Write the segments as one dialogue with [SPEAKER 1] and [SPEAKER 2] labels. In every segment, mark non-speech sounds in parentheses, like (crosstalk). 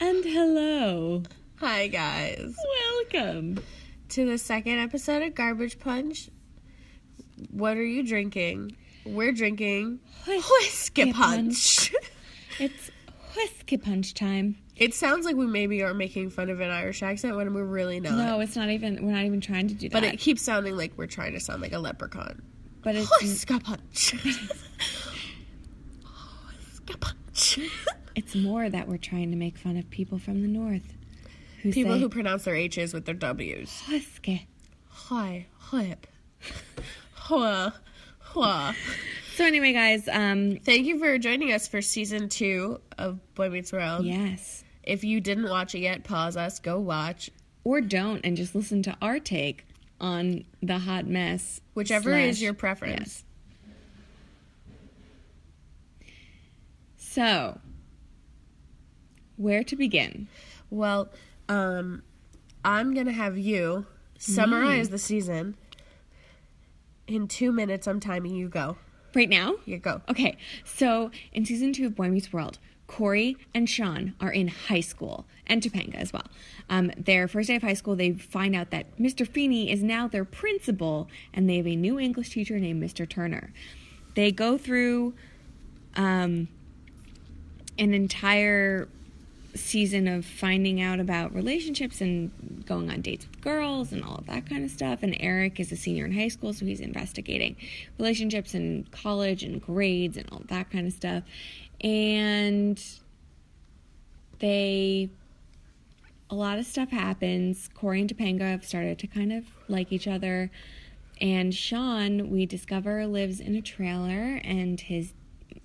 [SPEAKER 1] And hello.
[SPEAKER 2] Hi, guys.
[SPEAKER 1] Welcome.
[SPEAKER 2] To the second episode of Garbage Punch. What are you drinking? We're drinking Whiskey Punch.
[SPEAKER 1] It's whiskey punch time.
[SPEAKER 2] (laughs) it sounds like we maybe are making fun of an Irish accent when we're really not.
[SPEAKER 1] No, it's not even we're not even trying to do that.
[SPEAKER 2] But it keeps sounding like we're trying to sound like a leprechaun.
[SPEAKER 1] but it's
[SPEAKER 2] Whiskey (laughs) Punch. Whiskey (laughs) Punch.
[SPEAKER 1] it's more that we're trying to make fun of people from the north who
[SPEAKER 2] People
[SPEAKER 1] say
[SPEAKER 2] who pronounce their H's with their W's.
[SPEAKER 1] whiskey.
[SPEAKER 2] Hi, hip. Hua, hua.
[SPEAKER 1] So anyway, guys, um
[SPEAKER 2] Thank you for joining us for season two of Boy Meets World.
[SPEAKER 1] yes.
[SPEAKER 2] If you didn't watch it yet, pause us, go watch.
[SPEAKER 1] Or don't and just listen to our take on the hot mess.
[SPEAKER 2] Whichever is
[SPEAKER 1] slash-
[SPEAKER 2] your preference.
[SPEAKER 1] Yes. So, where to begin?
[SPEAKER 2] Well, um, I'm gonna have you summarize the season in two minutes. I'm timing you. Go,
[SPEAKER 1] Right now?
[SPEAKER 2] you go.
[SPEAKER 1] Okay, so in season two of Boy Meets World, Corey and Sean are in high school and Topanga as well. Um, their first day of high school, they find out that Mr. Feeney is now their principal, and they have a new English teacher named Mr. Turner. They go through um, an entire season of finding out about relationships and going on dates with girls and all of that kind of stuff. And Eric is a senior in high school, so he's investigating relationships and college and grades and all that kind of stuff. And they, a lot of stuff happens. Corey and Topanga have started to kind of like each other. And Sean, we discover, lives in a trailer and his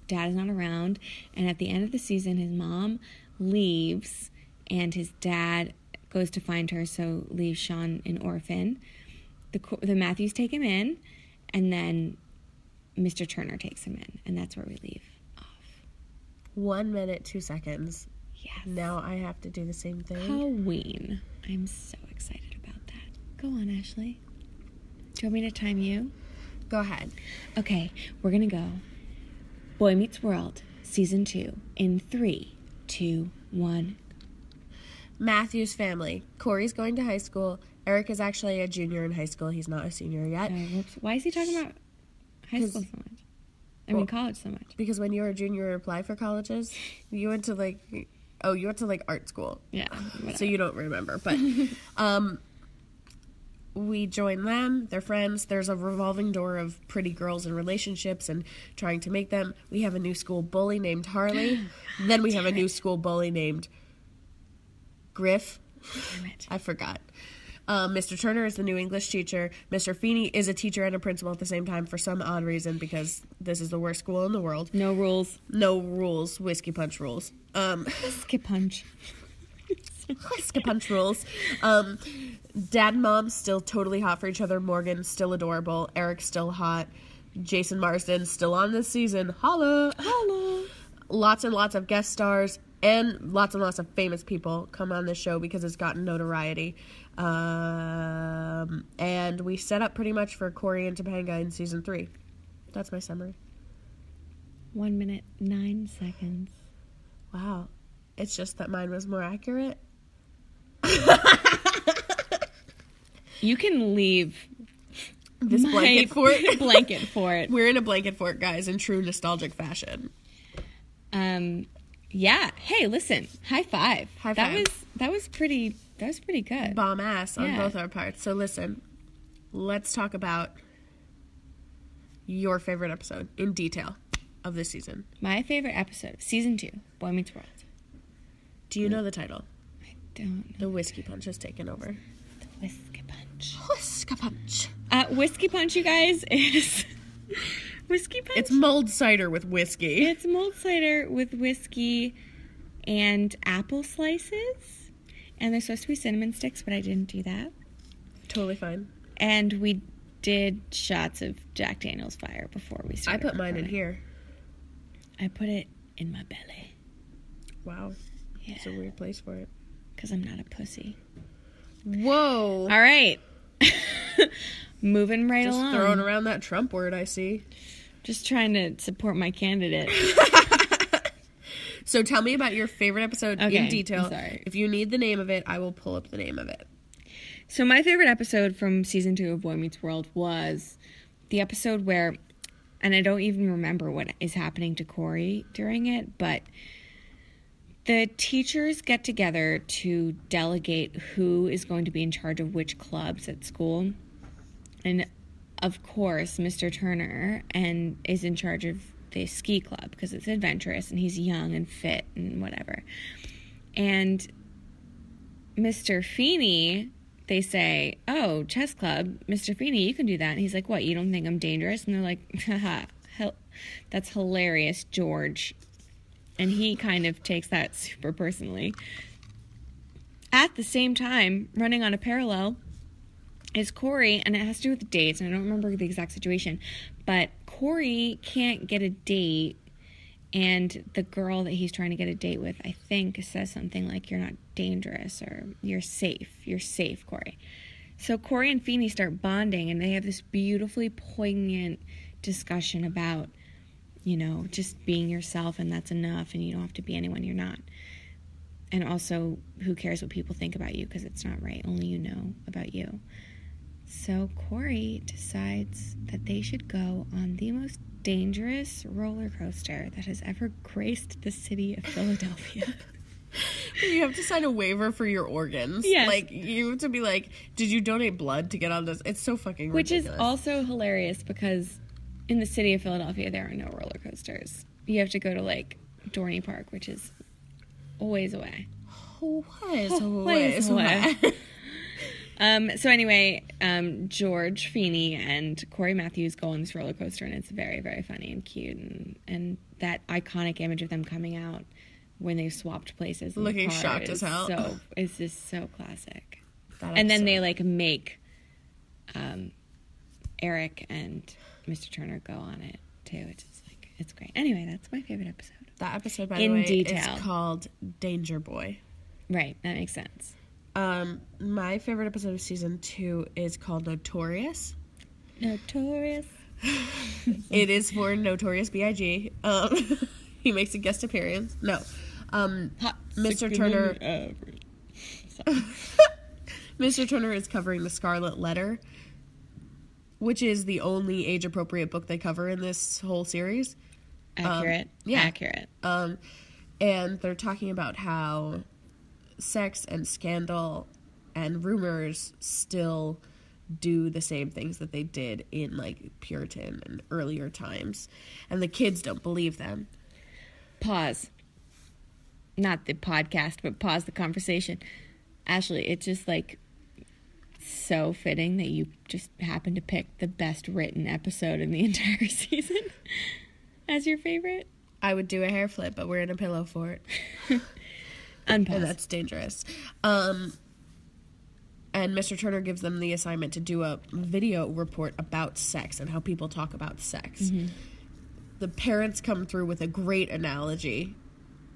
[SPEAKER 1] dad is not around. And at the end of the season, his mom leaves and his dad goes to find her, so leaves Sean an orphan. The, Co- the Matthews take him in, and then Mr. Turner takes him in, and that's where we leave off.
[SPEAKER 2] One minute, two seconds.
[SPEAKER 1] Yes.
[SPEAKER 2] Now I have to do the same thing.
[SPEAKER 1] Halloween. I'm so excited about that. Go on, Ashley. Do you want me to time you?
[SPEAKER 2] Go ahead.
[SPEAKER 1] Okay, we're gonna go. Boy Meets World, season two, in three, two, one.
[SPEAKER 2] Matthew's family. Corey's going to high school. Eric is actually a junior in high school. He's not a senior yet.
[SPEAKER 1] Oh, whoops. Why is he talking about high
[SPEAKER 2] 'Cause-
[SPEAKER 1] school so much? I mean,
[SPEAKER 2] Well-
[SPEAKER 1] college so much.
[SPEAKER 2] Because when you were a junior and applied for colleges, you went to like, oh, you went to like art school.
[SPEAKER 1] Yeah.
[SPEAKER 2] So you don't remember. But um, we join them, they're friends. There's a revolving door of pretty girls and relationships and trying to make them. We have a new school bully named Harley. then we have a new school bully named Griff.
[SPEAKER 1] Damn it.
[SPEAKER 2] I forgot. Um, Mr. Turner is the new English teacher. Mr. Feeney is a teacher and a principal at the same time for some odd reason because this is the worst school in the world.
[SPEAKER 1] No rules.
[SPEAKER 2] No rules, whiskey punch rules. Um, (laughs)
[SPEAKER 1] Skip punch.
[SPEAKER 2] whiskey punch rules. Um, dad and mom still totally hot for each other. Morgan still adorable. Eric still hot. Jason Marsden still on this season. Holla!
[SPEAKER 1] Hello.
[SPEAKER 2] lots and lots of guest stars and lots and lots of famous people come on this show because it's gotten notoriety. Um, and we set up pretty much for Corey and Topanga in season three. That's my summary.
[SPEAKER 1] One minute, nine seconds.
[SPEAKER 2] Wow. It's just that mine was more accurate.
[SPEAKER 1] You can leave
[SPEAKER 2] This
[SPEAKER 1] my (laughs)
[SPEAKER 2] blanket fort. (laughs)
[SPEAKER 1] blanket for it.
[SPEAKER 2] We're in a blanket fort, guys, in true nostalgic fashion.
[SPEAKER 1] Um, yeah. Hey, listen. High five.
[SPEAKER 2] High
[SPEAKER 1] that
[SPEAKER 2] five.
[SPEAKER 1] was that was pretty. That was pretty good.
[SPEAKER 2] Bomb ass on
[SPEAKER 1] Yeah.
[SPEAKER 2] both our parts. So listen, let's talk about your favorite episode in detail of this season.
[SPEAKER 1] My favorite episode, of season two, Boy Meets World.
[SPEAKER 2] Do you know the title?
[SPEAKER 1] I don't know
[SPEAKER 2] The whiskey punch has taken over.
[SPEAKER 1] the whiskey punch.
[SPEAKER 2] Whiskey punch.
[SPEAKER 1] Uh, whiskey punch, you guys, (laughs) is whiskey punch.
[SPEAKER 2] It's mulled cider with whiskey.
[SPEAKER 1] It's mulled cider with whiskey and apple slices. And there's supposed to be cinnamon sticks, but I didn't do that.
[SPEAKER 2] Totally fine.
[SPEAKER 1] And we did shots of Jack Daniels fire before we
[SPEAKER 2] I
[SPEAKER 1] started.
[SPEAKER 2] put mine in
[SPEAKER 1] recording.
[SPEAKER 2] here.
[SPEAKER 1] I put it in my belly.
[SPEAKER 2] Wow, it's a
[SPEAKER 1] Yeah.
[SPEAKER 2] weird place for it.
[SPEAKER 1] Because I'm not a pussy.
[SPEAKER 2] Whoa.
[SPEAKER 1] All right. (laughs) Moving right
[SPEAKER 2] Just
[SPEAKER 1] along.
[SPEAKER 2] throwing around that Trump word I see.
[SPEAKER 1] Just trying to support my candidate.
[SPEAKER 2] So tell me about your favorite episode
[SPEAKER 1] Okay,
[SPEAKER 2] in detail.
[SPEAKER 1] I'm sorry.
[SPEAKER 2] If you need the name of it, I will pull up the name of it.
[SPEAKER 1] So my favorite episode from season two of Boy Meets World was the episode where, and I don't even remember what is happening to Corey during it, but the teachers get together to delegate who is going to be in charge of which clubs at school, and of course, Mr. Turner and is in charge of the ski club because it's adventurous and he's young and fit and whatever, and Mr. Feeney, they say, Oh, chess club, Mr. Feeney, you can do that. And he's like, What, you don't think I'm dangerous? And they're like, (laughs) Haha, hel- that's hilarious, George. And he kind of takes that (laughs) super personally. At the same time, running on a parallel is Corey, and it has to do with dates, and I don't remember the exact situation, but Corey can't get a date and the girl that he's trying to get a date with, I think, says something like, You're not dangerous or you're safe. You're safe, Corey. So Corey and Feeney start bonding and they have this beautifully poignant discussion about, you know, just being yourself and that's enough and you don't have to be anyone you're not. And also, who cares what people think about you because it's not right. Only you know about you. So Corey decides that they should go on the most dangerous roller coaster that has ever graced the city of Philadelphia.
[SPEAKER 2] You have to sign a waiver for your organs.
[SPEAKER 1] Yes.
[SPEAKER 2] Like you have to be like, did you donate blood to get on this? It's so fucking
[SPEAKER 1] Which is
[SPEAKER 2] ridiculous.
[SPEAKER 1] also hilarious because in the city of Philadelphia, there are no roller coasters. You have to go to like Dorney Park, which is always away.
[SPEAKER 2] What is
[SPEAKER 1] What is
[SPEAKER 2] what?
[SPEAKER 1] Um, so anyway, um, George Feeney and Corey Matthews go on this roller coaster, and it's very, very funny and cute, and, and that iconic image of them coming out when they swapped places, in the
[SPEAKER 2] Looking
[SPEAKER 1] car
[SPEAKER 2] shocked
[SPEAKER 1] is
[SPEAKER 2] as hell.
[SPEAKER 1] So is just so classic.
[SPEAKER 2] (laughs) That
[SPEAKER 1] and then
[SPEAKER 2] episode.
[SPEAKER 1] they like make um, Eric and Mr. Turner go on it too. It's just like it's great. Anyway, that's my favorite episode.
[SPEAKER 2] that episode by
[SPEAKER 1] in
[SPEAKER 2] the way
[SPEAKER 1] detail.
[SPEAKER 2] is called Danger Boy.
[SPEAKER 1] Right, that makes sense.
[SPEAKER 2] Um, my favorite episode of season two is called Notorious.
[SPEAKER 1] Notorious.
[SPEAKER 2] It is for Notorious B.I.G. Um, (laughs) he makes a guest appearance. No, um,
[SPEAKER 1] Hot
[SPEAKER 2] Mr.
[SPEAKER 1] sick
[SPEAKER 2] Turner-
[SPEAKER 1] and, uh,
[SPEAKER 2] (laughs) Mr. Turner is covering the Scarlet Letter, which is the only age-appropriate book they cover in this whole series.
[SPEAKER 1] Accurate.
[SPEAKER 2] Um, yeah.
[SPEAKER 1] Accurate.
[SPEAKER 2] Um, and they're talking about how sex and scandal and rumors still do the same things that they did in like Puritan and earlier times, and the kids don't believe them.
[SPEAKER 1] pause not the podcast but pause the conversation ashley it's just like so fitting that you just happen to pick the best written episode in the (laughs) entire season as your favorite
[SPEAKER 2] I would do a hair flip, but we're in a pillow fort, and
[SPEAKER 1] unpause
[SPEAKER 2] that's dangerous. Um, and Mr. Turner gives them the assignment to do a video report about sex and how people talk about sex. The parents come through with a great analogy.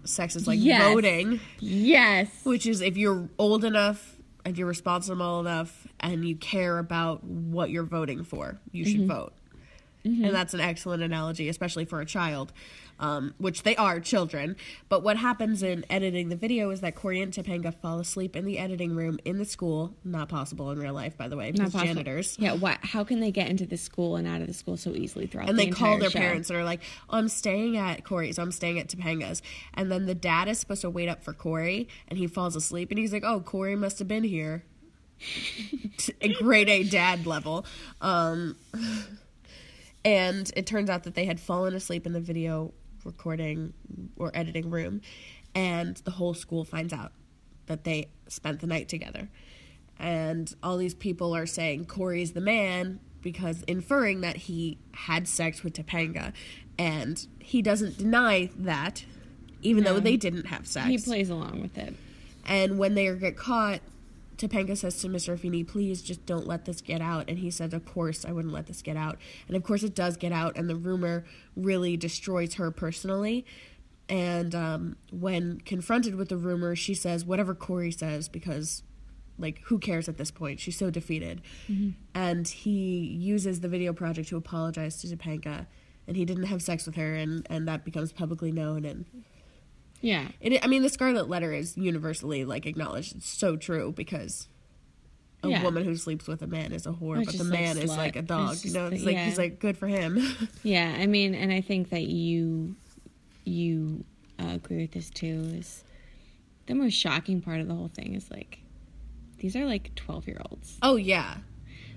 [SPEAKER 2] Sex is like
[SPEAKER 1] Yes.
[SPEAKER 2] voting,
[SPEAKER 1] yes
[SPEAKER 2] which is if you're old enough and you're responsible enough and you care about what you're voting for, you should vote. And that's an excellent analogy, especially for a child, um, which they are children. But what happens in editing the video is that Corey and Topanga fall asleep in the editing room in the school. Not possible in real life, by the way, because
[SPEAKER 1] Possible.
[SPEAKER 2] janitors.
[SPEAKER 1] yeah what how can they get into the school and out of the school so easily throughout
[SPEAKER 2] And
[SPEAKER 1] the
[SPEAKER 2] they call
[SPEAKER 1] entire
[SPEAKER 2] their
[SPEAKER 1] show?
[SPEAKER 2] parents and are like, oh, I'm staying at Corey's, I'm staying at Topanga's. And then the dad is supposed to wait up for Corey and he falls asleep and he's like, oh, Corey must have been here. (laughs) T- a grade A dad level. Um, and it turns out that they had fallen asleep in the video recording or editing room. And the whole school finds out that they spent the night together. And all these people are saying Corey's the man because inferring that he had sex with Topanga. And he doesn't deny that, even though they didn't have sex.
[SPEAKER 1] he plays along with it
[SPEAKER 2] And when they get caught, Topanga says to Mr. Feeney, please just don't let this get out. And he says, of course, I wouldn't let this get out. And of course, it does get out, and the rumor really destroys her personally. And um, when confronted with the rumor, she says, whatever Corey says, because, like, who cares at this point? She's so defeated. And he uses the video project to apologize to Topanga. And he didn't have sex with her, and, and that becomes publicly known. And
[SPEAKER 1] Yeah.
[SPEAKER 2] It, I mean, the Scarlet Letter is universally like acknowledged. It's so true because a
[SPEAKER 1] Yeah.
[SPEAKER 2] woman who sleeps with a man is a whore,
[SPEAKER 1] It's
[SPEAKER 2] but the
[SPEAKER 1] just, like,
[SPEAKER 2] man is
[SPEAKER 1] slut.
[SPEAKER 2] like a
[SPEAKER 1] It's
[SPEAKER 2] dog. you
[SPEAKER 1] just
[SPEAKER 2] know,
[SPEAKER 1] the-
[SPEAKER 2] it's like
[SPEAKER 1] yeah.
[SPEAKER 2] he's like good for him. (laughs)
[SPEAKER 1] Yeah, I mean, and I think that you you uh, agree with this too. Is the most shocking part of the whole thing is like these are like twelve year olds.
[SPEAKER 2] oh yeah,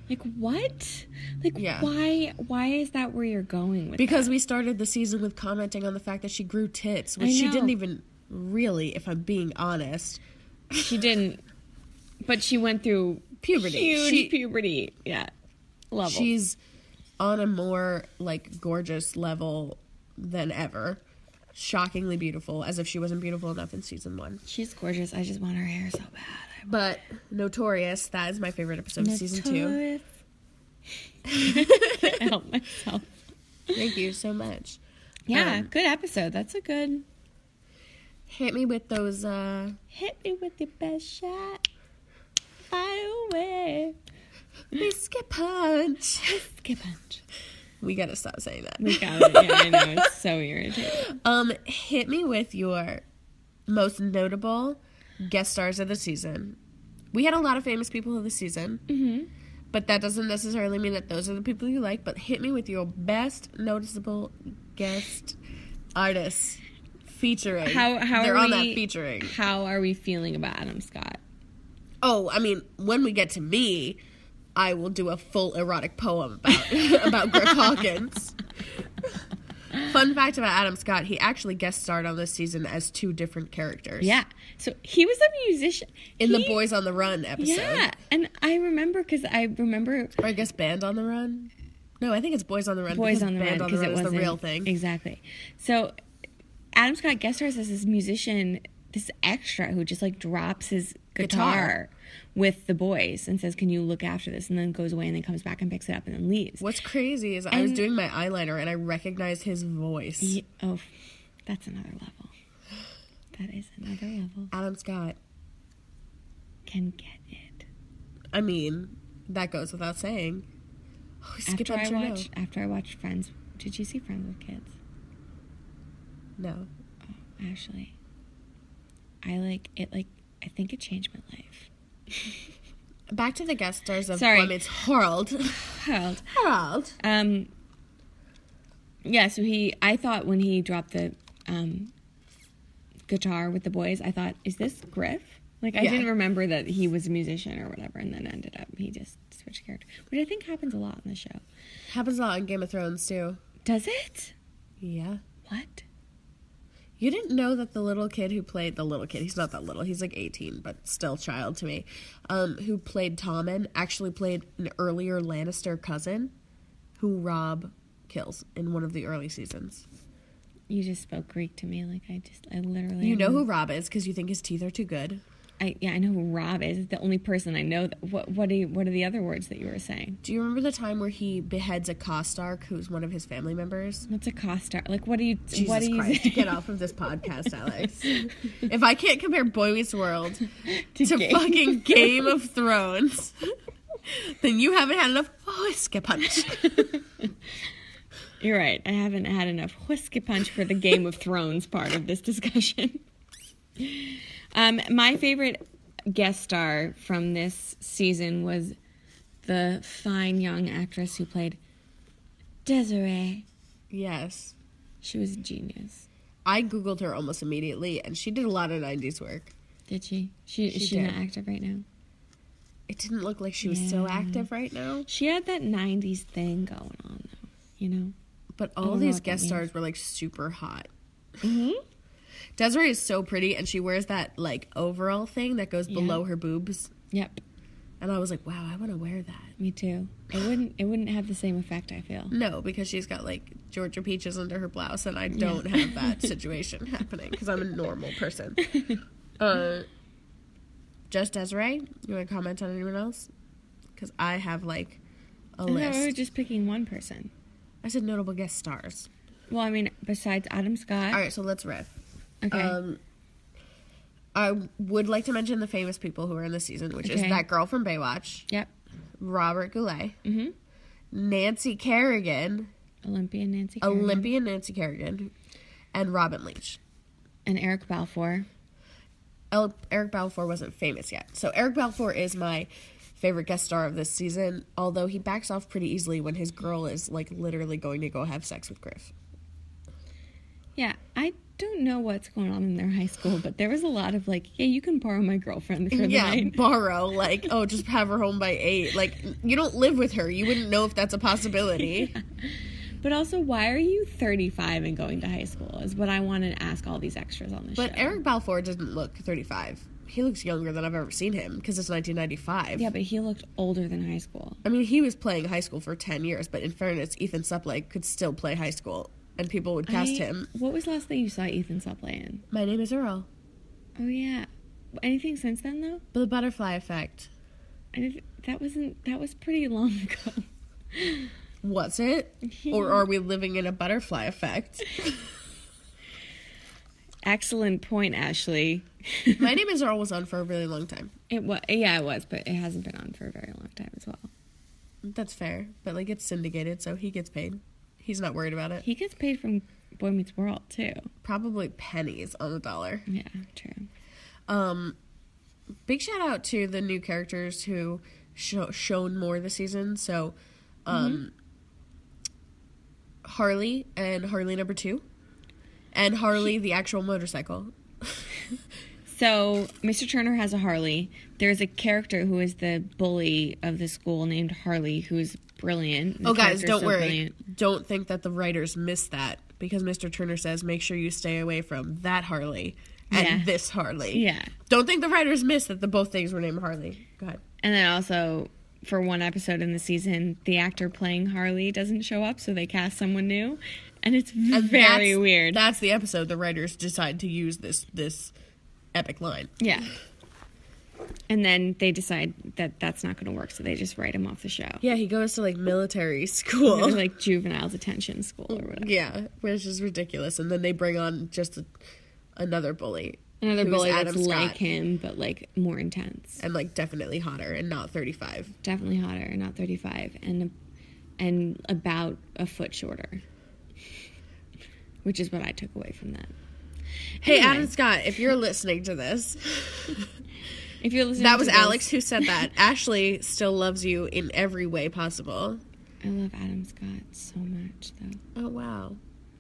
[SPEAKER 1] Like what? Like
[SPEAKER 2] Yeah.
[SPEAKER 1] why? Why is that where you're going with?
[SPEAKER 2] because we started the season with commenting on the fact that she grew tits, which
[SPEAKER 1] I
[SPEAKER 2] she
[SPEAKER 1] know.
[SPEAKER 2] didn't even really, if I'm being honest.
[SPEAKER 1] that? she didn't, but she went through
[SPEAKER 2] Puberty.
[SPEAKER 1] Huge
[SPEAKER 2] She-
[SPEAKER 1] puberty. Yeah, level.
[SPEAKER 2] She's on a more like gorgeous level than ever. Shockingly beautiful, as if she wasn't beautiful enough in season one.
[SPEAKER 1] She's gorgeous. I just want her hair so bad.
[SPEAKER 2] But Notorious, that is my favorite episode of season two.
[SPEAKER 1] Notorious. (laughs) Can't help myself.
[SPEAKER 2] Thank you so much.
[SPEAKER 1] (laughs) Yeah,
[SPEAKER 2] Um,
[SPEAKER 1] good episode. That's a good.
[SPEAKER 2] Hit me with those uh
[SPEAKER 1] Hit me with your best shot. Fire away.
[SPEAKER 2] biscuit punch.
[SPEAKER 1] Skip punch.
[SPEAKER 2] We gotta stop saying that.
[SPEAKER 1] We got it. Yeah, I know. It's so irritating.
[SPEAKER 2] Um, hit me with your most notable guest stars of the season. We had a lot of famous people of the season,
[SPEAKER 1] Mm-hmm.
[SPEAKER 2] but that doesn't necessarily mean that those are the people you like. But hit me with your best noticeable guest artists featuring.
[SPEAKER 1] How how
[SPEAKER 2] they're
[SPEAKER 1] are
[SPEAKER 2] on
[SPEAKER 1] we,
[SPEAKER 2] that featuring?
[SPEAKER 1] How are we feeling about Adam Scott?
[SPEAKER 2] Oh, I mean, when we get to me, I will do a full erotic poem about (laughs) about Griff Hawkins. Fun fact about Adam Scott: he actually guest starred on this season as two different characters.
[SPEAKER 1] Yeah. So he was a musician
[SPEAKER 2] in the
[SPEAKER 1] He-
[SPEAKER 2] Boys on the Run episode,
[SPEAKER 1] Yeah, and I remember because I remember
[SPEAKER 2] or I guess Band on the Run. No, I think it's Boys on the Run.
[SPEAKER 1] Boys
[SPEAKER 2] because
[SPEAKER 1] on the
[SPEAKER 2] Band
[SPEAKER 1] Run because it
[SPEAKER 2] is
[SPEAKER 1] was
[SPEAKER 2] the real thing.
[SPEAKER 1] Exactly. So Adam Scott guest stars as this musician, this extra who just like drops his guitar,
[SPEAKER 2] Guitar.
[SPEAKER 1] with the boys and says, "Can you look after this?" and then goes away and then comes back and picks it up and then leaves.
[SPEAKER 2] What's crazy is I was doing my eyeliner and I recognized his voice.
[SPEAKER 1] Ye- oh, that's another level. That is another level.
[SPEAKER 2] Adam Scott.
[SPEAKER 1] Can get it.
[SPEAKER 2] I mean, that goes without saying. Oh, skip
[SPEAKER 1] After I
[SPEAKER 2] Hunter,
[SPEAKER 1] watch, after I watched Friends, did you see Friends with Kids?
[SPEAKER 2] no. no.
[SPEAKER 1] Oh, Ashley, I like it. Like I think it changed my life.
[SPEAKER 2] Back to the guest stars of
[SPEAKER 1] Sorry.
[SPEAKER 2] Sorry. It's Harold.
[SPEAKER 1] Harold.
[SPEAKER 2] Harold.
[SPEAKER 1] Um. Yeah, so he. I thought when he dropped the um, guitar with the boys, I thought, is this Griff? Like I
[SPEAKER 2] Yeah.
[SPEAKER 1] didn't remember that he was a musician or whatever, and then ended up he just switched character, which I think happens a lot in the show.
[SPEAKER 2] Happens a lot in Game of Thrones too.
[SPEAKER 1] Does it?
[SPEAKER 2] Yeah.
[SPEAKER 1] What?
[SPEAKER 2] You didn't know that the little kid who played the little kid, he's not that little, he's like 18, but still child to me, um, who played Tommen actually played an earlier Lannister cousin who Rob kills in one of the early seasons.
[SPEAKER 1] You just spoke Greek to me. Like I just, I literally.
[SPEAKER 2] You know who Rob is because you think his teeth are too good.
[SPEAKER 1] I yeah, I know who Rob is. It's the only person I know. That, what what are you, what are the other words that you were saying?
[SPEAKER 2] Do you remember the time where he beheads a Costark who's one of his family members?
[SPEAKER 1] What's a Costa? Like what do you what
[SPEAKER 2] Jesus
[SPEAKER 1] do you
[SPEAKER 2] Christ,
[SPEAKER 1] saying?
[SPEAKER 2] get off of this podcast, Alex. if I can't compare Boy Meets
[SPEAKER 1] (laughs)
[SPEAKER 2] World to
[SPEAKER 1] Game
[SPEAKER 2] fucking Game of Thrones, then you haven't had enough
[SPEAKER 1] (laughs)
[SPEAKER 2] whisker punch.
[SPEAKER 1] (laughs) You're right. I haven't had enough whiskey punch for the Game of Thrones part of this discussion. (laughs) Um, my favorite guest star from this season was the fine young actress who played Desiree.
[SPEAKER 2] yes.
[SPEAKER 1] She was a genius.
[SPEAKER 2] I googled her almost immediately, and she did a lot of 90s work.
[SPEAKER 1] Did she? She, is
[SPEAKER 2] She
[SPEAKER 1] she not
[SPEAKER 2] did.
[SPEAKER 1] active right now?
[SPEAKER 2] It didn't look like she was so
[SPEAKER 1] Yeah.
[SPEAKER 2] active right now,
[SPEAKER 1] She had that '90s thing going on, though. You know.
[SPEAKER 2] but
[SPEAKER 1] don't
[SPEAKER 2] all
[SPEAKER 1] know
[SPEAKER 2] these
[SPEAKER 1] what that
[SPEAKER 2] guest stars were like super hot.
[SPEAKER 1] Mm-hmm.
[SPEAKER 2] Desiree is so pretty, and she wears that like overall thing that goes below her boobs.
[SPEAKER 1] Yep.
[SPEAKER 2] And I was like, wow, I want to wear that.
[SPEAKER 1] Me too. It wouldn't. It wouldn't have the same effect. I feel.
[SPEAKER 2] No, because she's got like Georgia peaches under her blouse, and I don't
[SPEAKER 1] (laughs)
[SPEAKER 2] have that situation happening because I'm a normal person. Uh, just Desiree, you want to comment on anyone else? Because I have like a
[SPEAKER 1] I thought we were
[SPEAKER 2] list.
[SPEAKER 1] just picking one person.
[SPEAKER 2] I said notable guest stars.
[SPEAKER 1] Well, I mean, besides Adam Scott.
[SPEAKER 2] All right, so let's riff.
[SPEAKER 1] Okay.
[SPEAKER 2] Um, I would like to mention the famous people who are in the season, which is
[SPEAKER 1] Okay.
[SPEAKER 2] that girl from Baywatch,
[SPEAKER 1] yep.
[SPEAKER 2] Robert Goulet,
[SPEAKER 1] Mhm.
[SPEAKER 2] Nancy Kerrigan,
[SPEAKER 1] Mm-hmm. Olympian Nancy. Kerrigan.
[SPEAKER 2] Olympian Nancy Kerrigan, and Robin Leach.
[SPEAKER 1] and Eric Balfour.
[SPEAKER 2] El- Eric Balfour wasn't famous yet. So Eric Balfour is my favorite guest star of this season, although he backs off pretty easily when his girl is like literally going to go have sex with Griff.
[SPEAKER 1] Yeah, I don't know what's going on in their high school, but there was a lot of like, yeah, you can borrow my girlfriend for the
[SPEAKER 2] yeah,
[SPEAKER 1] night.
[SPEAKER 2] (laughs) borrow like oh, just have her home by eight. Like you don't live with her, you wouldn't know if that's a (laughs) possibility.
[SPEAKER 1] But also, why are you 35 and going to high school? Is what I want to ask all these extras on this
[SPEAKER 2] But
[SPEAKER 1] show.
[SPEAKER 2] Eric Balfour doesn't look 35. He looks younger than I've ever seen him because it's 1995.
[SPEAKER 1] yeah, but he looked older than high school.
[SPEAKER 2] I mean, he was playing high school for 10 years, but in fairness, Ethan Suplee could still play high school, and people would cast
[SPEAKER 1] I-
[SPEAKER 2] him.
[SPEAKER 1] What was the last thing you saw Ethan Suplee in?
[SPEAKER 2] My name is Earl.
[SPEAKER 1] Oh yeah, anything since then though?
[SPEAKER 2] The butterfly effect.
[SPEAKER 1] I did, that wasn't. That was pretty long (laughs) ago.
[SPEAKER 2] Was it? or are we living in a butterfly effect?
[SPEAKER 1] Excellent point, Ashley. (laughs)
[SPEAKER 2] My name is Earl was on for a really long time.
[SPEAKER 1] it was. Yeah, it was, but it hasn't been on for a very long time as well.
[SPEAKER 2] That's fair, but like it's syndicated, so he gets paid. He's not worried about it.
[SPEAKER 1] He gets paid from Boy Meets World too.
[SPEAKER 2] Probably pennies on the dollar.
[SPEAKER 1] Yeah, true.
[SPEAKER 2] Um, big shout out to the new characters who sho shown more this season. So, um, Harley and Harley number two, and Harley the actual motorcycle.
[SPEAKER 1] So, Mr. Turner has a Harley. There's a character who is the bully of the school named Harley, who is brilliant. The
[SPEAKER 2] oh, guys,
[SPEAKER 1] character's
[SPEAKER 2] don't
[SPEAKER 1] so
[SPEAKER 2] worry.
[SPEAKER 1] brilliant.
[SPEAKER 2] Don't think that the writers missed that because Mr. Turner says make sure you stay away from that Harley and
[SPEAKER 1] Yeah.
[SPEAKER 2] this Harley.
[SPEAKER 1] Yeah.
[SPEAKER 2] Don't think the writers missed that the both things were named Harley. Go ahead.
[SPEAKER 1] And then also, for one episode in the season, the actor playing Harley doesn't show up, so they cast someone new. And it's very
[SPEAKER 2] That's-
[SPEAKER 1] weird.
[SPEAKER 2] That's the episode the writers decide to use this this epic line.
[SPEAKER 1] yeah. And then they decide that that's not going to work, so they just write him off the show.
[SPEAKER 2] Yeah, he goes to like military
[SPEAKER 1] Or
[SPEAKER 2] school.
[SPEAKER 1] like juvenile detention school or whatever.
[SPEAKER 2] (laughs) yeah, which is ridiculous. And then they bring on just a, another bully.
[SPEAKER 1] Another
[SPEAKER 2] who is
[SPEAKER 1] bully
[SPEAKER 2] Adam
[SPEAKER 1] that's
[SPEAKER 2] Scott,
[SPEAKER 1] like him, but like more intense.
[SPEAKER 2] And like definitely hotter and not 35.
[SPEAKER 1] definitely hotter, not 35, and and about a foot shorter, which is what I took away from that.
[SPEAKER 2] Hey,
[SPEAKER 1] Anyway.
[SPEAKER 2] Adam Scott, if you're listening to this,
[SPEAKER 1] If you're listening,
[SPEAKER 2] that
[SPEAKER 1] to
[SPEAKER 2] was
[SPEAKER 1] this-
[SPEAKER 2] Alex who said (laughs) that. Ashley still loves you in every way possible.
[SPEAKER 1] I love Adam Scott so much, though.
[SPEAKER 2] Oh, wow.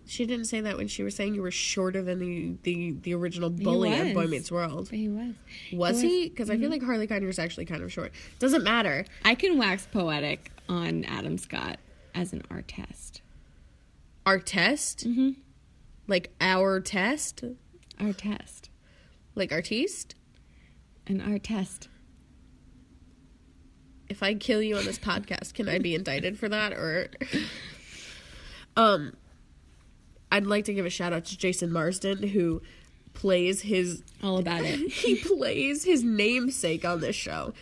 [SPEAKER 2] She didn't say that when she was saying you were shorter than the, the, the original bully on Boy
[SPEAKER 1] was.
[SPEAKER 2] Meets World.
[SPEAKER 1] But he was.
[SPEAKER 2] Was Mm-hmm. he? Because I feel like Harley Kiner was actually kind of short. Doesn't matter.
[SPEAKER 1] I can wax poetic on Adam Scott as an artist.
[SPEAKER 2] Our test, mm-hmm. like our test,
[SPEAKER 1] Artist.
[SPEAKER 2] like artiste.
[SPEAKER 1] An artist.
[SPEAKER 2] If I kill you on this podcast, can I be indicted for that? Or, (laughs) um, I'd like to give a shout out to Jason Marsden who plays his
[SPEAKER 1] All about it.
[SPEAKER 2] (laughs) he plays his namesake on this show.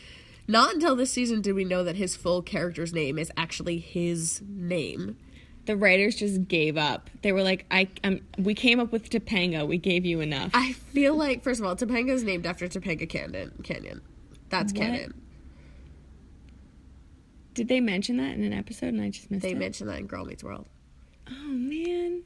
[SPEAKER 2] Not until this season did we know that his full character's name is actually his name.
[SPEAKER 1] The writers just gave up. They were like, "I, um, we came up with Topanga. We gave you enough."
[SPEAKER 2] I feel like, first of all, Topanga is named after Topanga Canyon. Canyon. That's
[SPEAKER 1] What?
[SPEAKER 2] canon.
[SPEAKER 1] Did they mention that in an episode and I just missed
[SPEAKER 2] They
[SPEAKER 1] it?
[SPEAKER 2] mentioned that in Girl Meets World,
[SPEAKER 1] oh man,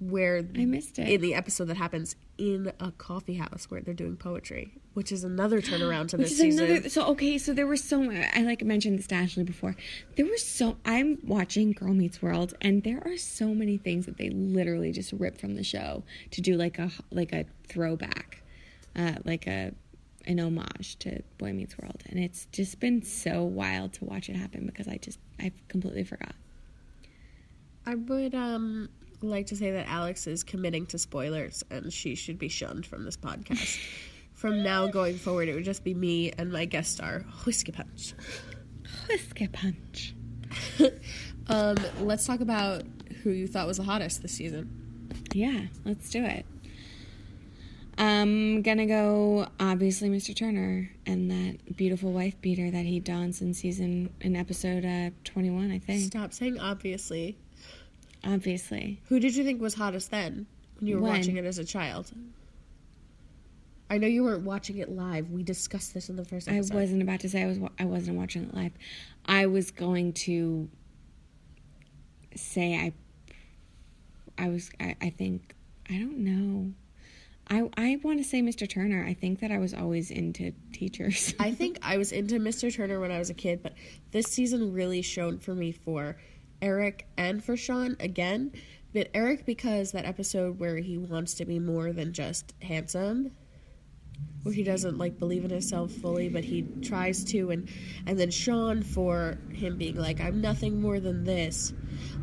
[SPEAKER 2] where
[SPEAKER 1] I missed it.
[SPEAKER 2] in the episode that happens in a coffee house where they're doing poetry, which is another turnaround to
[SPEAKER 1] Which is
[SPEAKER 2] this season.
[SPEAKER 1] another. So okay, so there were so many. I like mentioned this to Ashley before. There were so. I'm watching Girl Meets World, and there are so many things that they literally just rip from the show to do like a like a throwback, uh, like a an homage to Boy Meets World, and it's just been so wild to watch it happen because I just I completely forgot.
[SPEAKER 2] I would um like to say that Alex is committing to spoilers and she should be shunned from
[SPEAKER 1] (laughs)
[SPEAKER 2] this podcast. from now going forward, it would just be me and my guest star, Whiskey Punch.
[SPEAKER 1] Whiskey punch.
[SPEAKER 2] Um, let's talk about who you thought was the hottest this season.
[SPEAKER 1] Yeah, let's do it. I'm gonna go obviously Mr. Turner and that beautiful wife beater that he dons in season in episode uh, 21, I think.
[SPEAKER 2] Stop saying obviously.
[SPEAKER 1] Obviously,
[SPEAKER 2] Who did you think was hottest then when you were
[SPEAKER 1] When?
[SPEAKER 2] watching it as a child? I know you weren't watching it live. We discussed this in the first
[SPEAKER 1] I
[SPEAKER 2] episode.
[SPEAKER 1] wasn't about to say I was wa- I wasn't watching it live. I was going to say I I was I, I think I don't know. I I want to say Mr. Turner. I think that I was always into teachers.
[SPEAKER 2] I think I was into Mr. Turner when I was a kid, but this season really shone for me for Eric and for Sean again. But Eric, because that episode where he wants to be more than just handsome, where he doesn't like believe in himself fully, but he tries to, and and then Sean for him being like, I'm nothing more than this.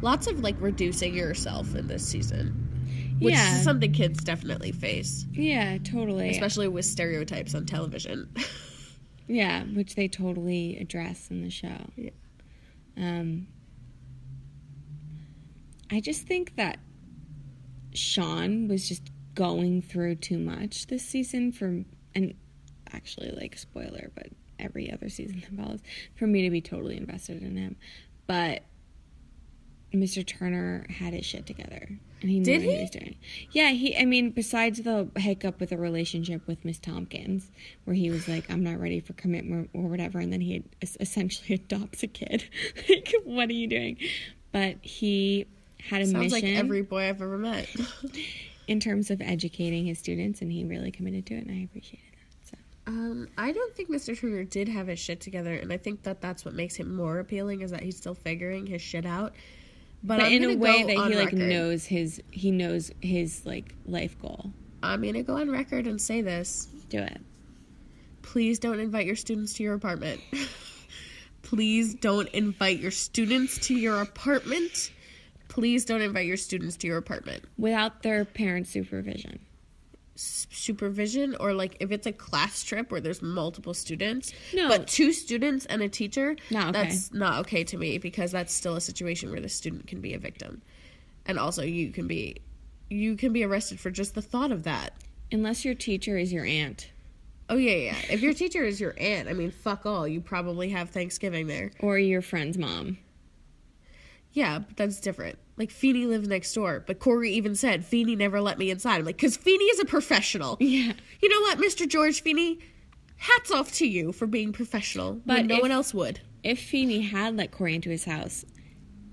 [SPEAKER 2] Lots of like reducing yourself in this season, which
[SPEAKER 1] Yeah.
[SPEAKER 2] is something kids definitely face,
[SPEAKER 1] yeah, totally.
[SPEAKER 2] especially with stereotypes on television. (laughs)
[SPEAKER 1] Yeah, which they totally address in the show.
[SPEAKER 2] Yeah.
[SPEAKER 1] Um, I just think that Sean was just going through too much this season for, and actually, like, spoiler, but every other season that follows, for me to be totally invested in him. But Mr. Turner had his shit together. And he knew
[SPEAKER 2] Did
[SPEAKER 1] what he?
[SPEAKER 2] he?
[SPEAKER 1] was doing. Yeah, he I mean, besides the hiccup with the relationship with Miss Tompkins, where he was like, I'm not ready for commitment or whatever, and then he es- essentially (laughs) adopts a kid. like, what are you doing? But he had a
[SPEAKER 2] Sounds like
[SPEAKER 1] mission
[SPEAKER 2] every boy I've
[SPEAKER 1] (laughs)
[SPEAKER 2] ever met.
[SPEAKER 1] in terms of educating his students and he really committed to it and I appreciated that. So
[SPEAKER 2] um, I don't think Mr. Turner did have his shit together, and I think that that's what makes him more appealing is that he's still figuring his shit out. But,
[SPEAKER 1] But
[SPEAKER 2] I'm
[SPEAKER 1] in a
[SPEAKER 2] gonna
[SPEAKER 1] way
[SPEAKER 2] go
[SPEAKER 1] that
[SPEAKER 2] on
[SPEAKER 1] he like
[SPEAKER 2] record.
[SPEAKER 1] knows his he knows his like life goal.
[SPEAKER 2] I'm gonna go on record and say this.
[SPEAKER 1] Do it.
[SPEAKER 2] Please don't invite your students to your apartment. (laughs) Please don't invite your students to your apartment. Please don't invite your students to your apartment.
[SPEAKER 1] Without their parent supervision.
[SPEAKER 2] S- supervision or like if it's a class trip where there's multiple students,
[SPEAKER 1] No.
[SPEAKER 2] but two students and a teacher,
[SPEAKER 1] Not okay.
[SPEAKER 2] that's not okay to me because that's still a situation where the student can be a victim. And also you can be you can be arrested for just the thought of that.
[SPEAKER 1] Unless your teacher is your aunt.
[SPEAKER 2] Oh yeah, yeah. If your teacher is your aunt, I mean, fuck all. You probably have Thanksgiving there.
[SPEAKER 1] or your friend's mom.
[SPEAKER 2] Yeah, but that's different. Like Feeney lives next door, but Corey even said Feeney never let me inside. I'm like, because Feeney is a professional.
[SPEAKER 1] Yeah.
[SPEAKER 2] You know what, Mr. George Feeney? Hats off to you for being professional. But
[SPEAKER 1] But
[SPEAKER 2] no
[SPEAKER 1] if-
[SPEAKER 2] one else would.
[SPEAKER 1] If Feeney had let Corey into his house,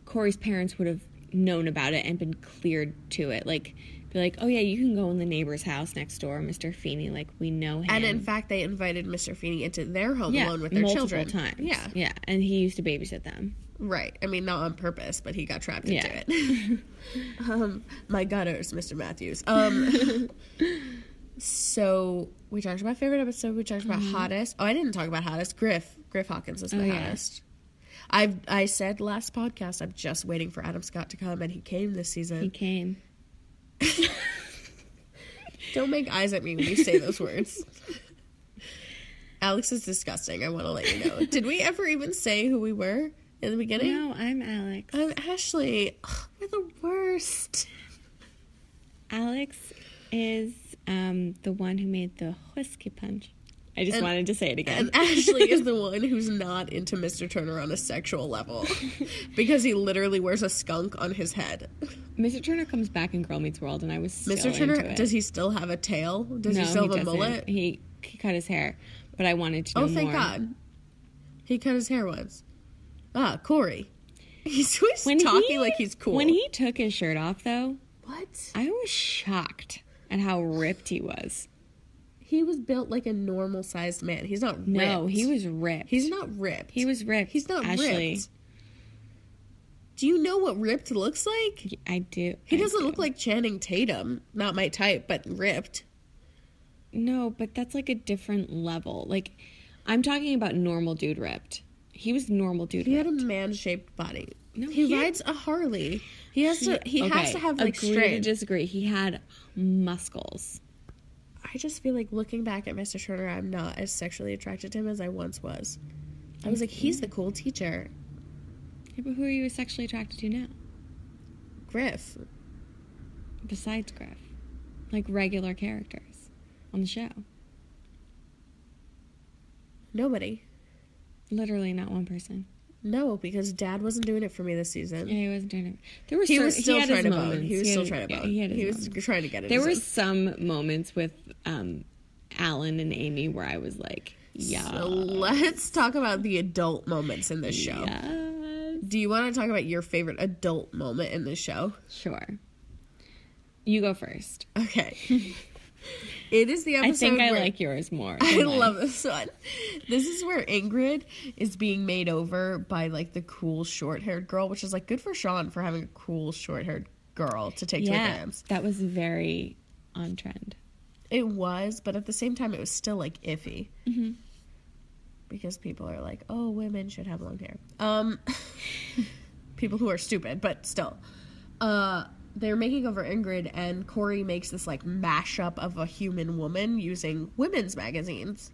[SPEAKER 1] Corey's parents would have known about it and been cleared to it. Like, be like, oh yeah, you can go in the neighbor's house next door, Mr. Feeney. Like, we know him.
[SPEAKER 2] And in fact, they invited Mr. Feeney into their home alone with their
[SPEAKER 1] multiple
[SPEAKER 2] children.
[SPEAKER 1] times.
[SPEAKER 2] Yeah,
[SPEAKER 1] yeah, and he used to babysit them.
[SPEAKER 2] right. I mean, not on purpose, but he got trapped
[SPEAKER 1] Yeah.
[SPEAKER 2] into it. (laughs) um, my gutters, Mr. Matthews. Um, so we talked about favorite episode. We talked about hottest. Oh, I didn't talk about hottest. Griff. Griff Hawkins is my
[SPEAKER 1] yeah.
[SPEAKER 2] hottest. I've I said last podcast. I'm just waiting for Adam Scott to come, and he came this season.
[SPEAKER 1] He came.
[SPEAKER 2] Don't make eyes at me when you say those words. (laughs) Alex is disgusting. I want to let you know. Did we ever even say who we were in the beginning?
[SPEAKER 1] No, I'm Alex.
[SPEAKER 2] I'm Ashley. Ugh, we're the worst.
[SPEAKER 1] Alex is um, the one who made the whiskey punch. ah, I just
[SPEAKER 2] And-
[SPEAKER 1] wanted to say it again.
[SPEAKER 2] And Ashley is the one who's not into Mr. Turner on a sexual level
[SPEAKER 1] (laughs)
[SPEAKER 2] because he literally wears a skunk on his head.
[SPEAKER 1] Mr. Turner comes back in Girl Meets World, and I was so
[SPEAKER 2] Mr.
[SPEAKER 1] into
[SPEAKER 2] Turner,
[SPEAKER 1] it.
[SPEAKER 2] does he still have a tail? Does he still have a mullet?
[SPEAKER 1] He, he cut his hair, but I wanted to know
[SPEAKER 2] Oh, thank
[SPEAKER 1] more.
[SPEAKER 2] God. He cut his hair once. Ah, Corey. (laughs) He's always
[SPEAKER 1] When
[SPEAKER 2] talking
[SPEAKER 1] he-
[SPEAKER 2] like he's cool.
[SPEAKER 1] When he took his shirt off, though,
[SPEAKER 2] what?
[SPEAKER 1] I was shocked at how ripped he was.
[SPEAKER 2] He was built like a normal sized man. He's not ripped.
[SPEAKER 1] No, he was ripped.
[SPEAKER 2] He's not ripped.
[SPEAKER 1] he was ripped.
[SPEAKER 2] He's not
[SPEAKER 1] Ashley.
[SPEAKER 2] ripped. Do you know what ripped looks like?
[SPEAKER 1] I do.
[SPEAKER 2] He doesn't look like Channing Tatum. Not my type, but ripped.
[SPEAKER 1] No, but that's like a different level. Like, I'm talking about normal dude ripped. He was normal dude
[SPEAKER 2] He had
[SPEAKER 1] ripped.
[SPEAKER 2] a man shaped body.
[SPEAKER 1] No,
[SPEAKER 2] he,
[SPEAKER 1] he had-
[SPEAKER 2] rides a Harley. He has to. He has
[SPEAKER 1] Okay,
[SPEAKER 2] to have like
[SPEAKER 1] agree to
[SPEAKER 2] straight.
[SPEAKER 1] disagree. He had muscles.
[SPEAKER 2] I just feel like looking back at Mr. Turner, I'm not as sexually attracted to him as I once was. I was like, he's the cool teacher,
[SPEAKER 1] Yeah, but who are you sexually attracted to now?
[SPEAKER 2] Griff.
[SPEAKER 1] besides Griff, like regular characters on the show.
[SPEAKER 2] Nobody.
[SPEAKER 1] Literally, not one person.
[SPEAKER 2] No, because Dad wasn't doing it for me this season.
[SPEAKER 1] Yeah, he wasn't doing it. There were
[SPEAKER 2] He
[SPEAKER 1] cer-
[SPEAKER 2] was still
[SPEAKER 1] had his
[SPEAKER 2] trying to bone.
[SPEAKER 1] moments.
[SPEAKER 2] He was
[SPEAKER 1] had
[SPEAKER 2] still
[SPEAKER 1] his-
[SPEAKER 2] trying to
[SPEAKER 1] yeah,
[SPEAKER 2] bone.
[SPEAKER 1] he had his
[SPEAKER 2] He was
[SPEAKER 1] moments.
[SPEAKER 2] trying to get it.
[SPEAKER 1] There were some moments with um, Alan and Amy where I was like, yeah,
[SPEAKER 2] So let's talk about the adult moments in this show.
[SPEAKER 1] yes,
[SPEAKER 2] Do you want to talk about your favorite adult moment in this show?
[SPEAKER 1] (laughs) sure. You go first.
[SPEAKER 2] Okay. It is the episode
[SPEAKER 1] I think I
[SPEAKER 2] where
[SPEAKER 1] like yours more.
[SPEAKER 2] (laughs) I
[SPEAKER 1] than mine.
[SPEAKER 2] love this one. This is where Ingrid is being made over by like the cool short haired girl, which is like good for Sean for having a cool short haired girl to take to the
[SPEAKER 1] Yeah,
[SPEAKER 2] dance.
[SPEAKER 1] that was very on trend.
[SPEAKER 2] It was, but at the same time, it was still like iffy
[SPEAKER 1] Mhm.
[SPEAKER 2] because people are like, "Oh, women should have long hair." Um, (laughs) people who are stupid, but still, uh, they're making over Ingrid, and Corey makes this like mashup of a human woman using women's magazines,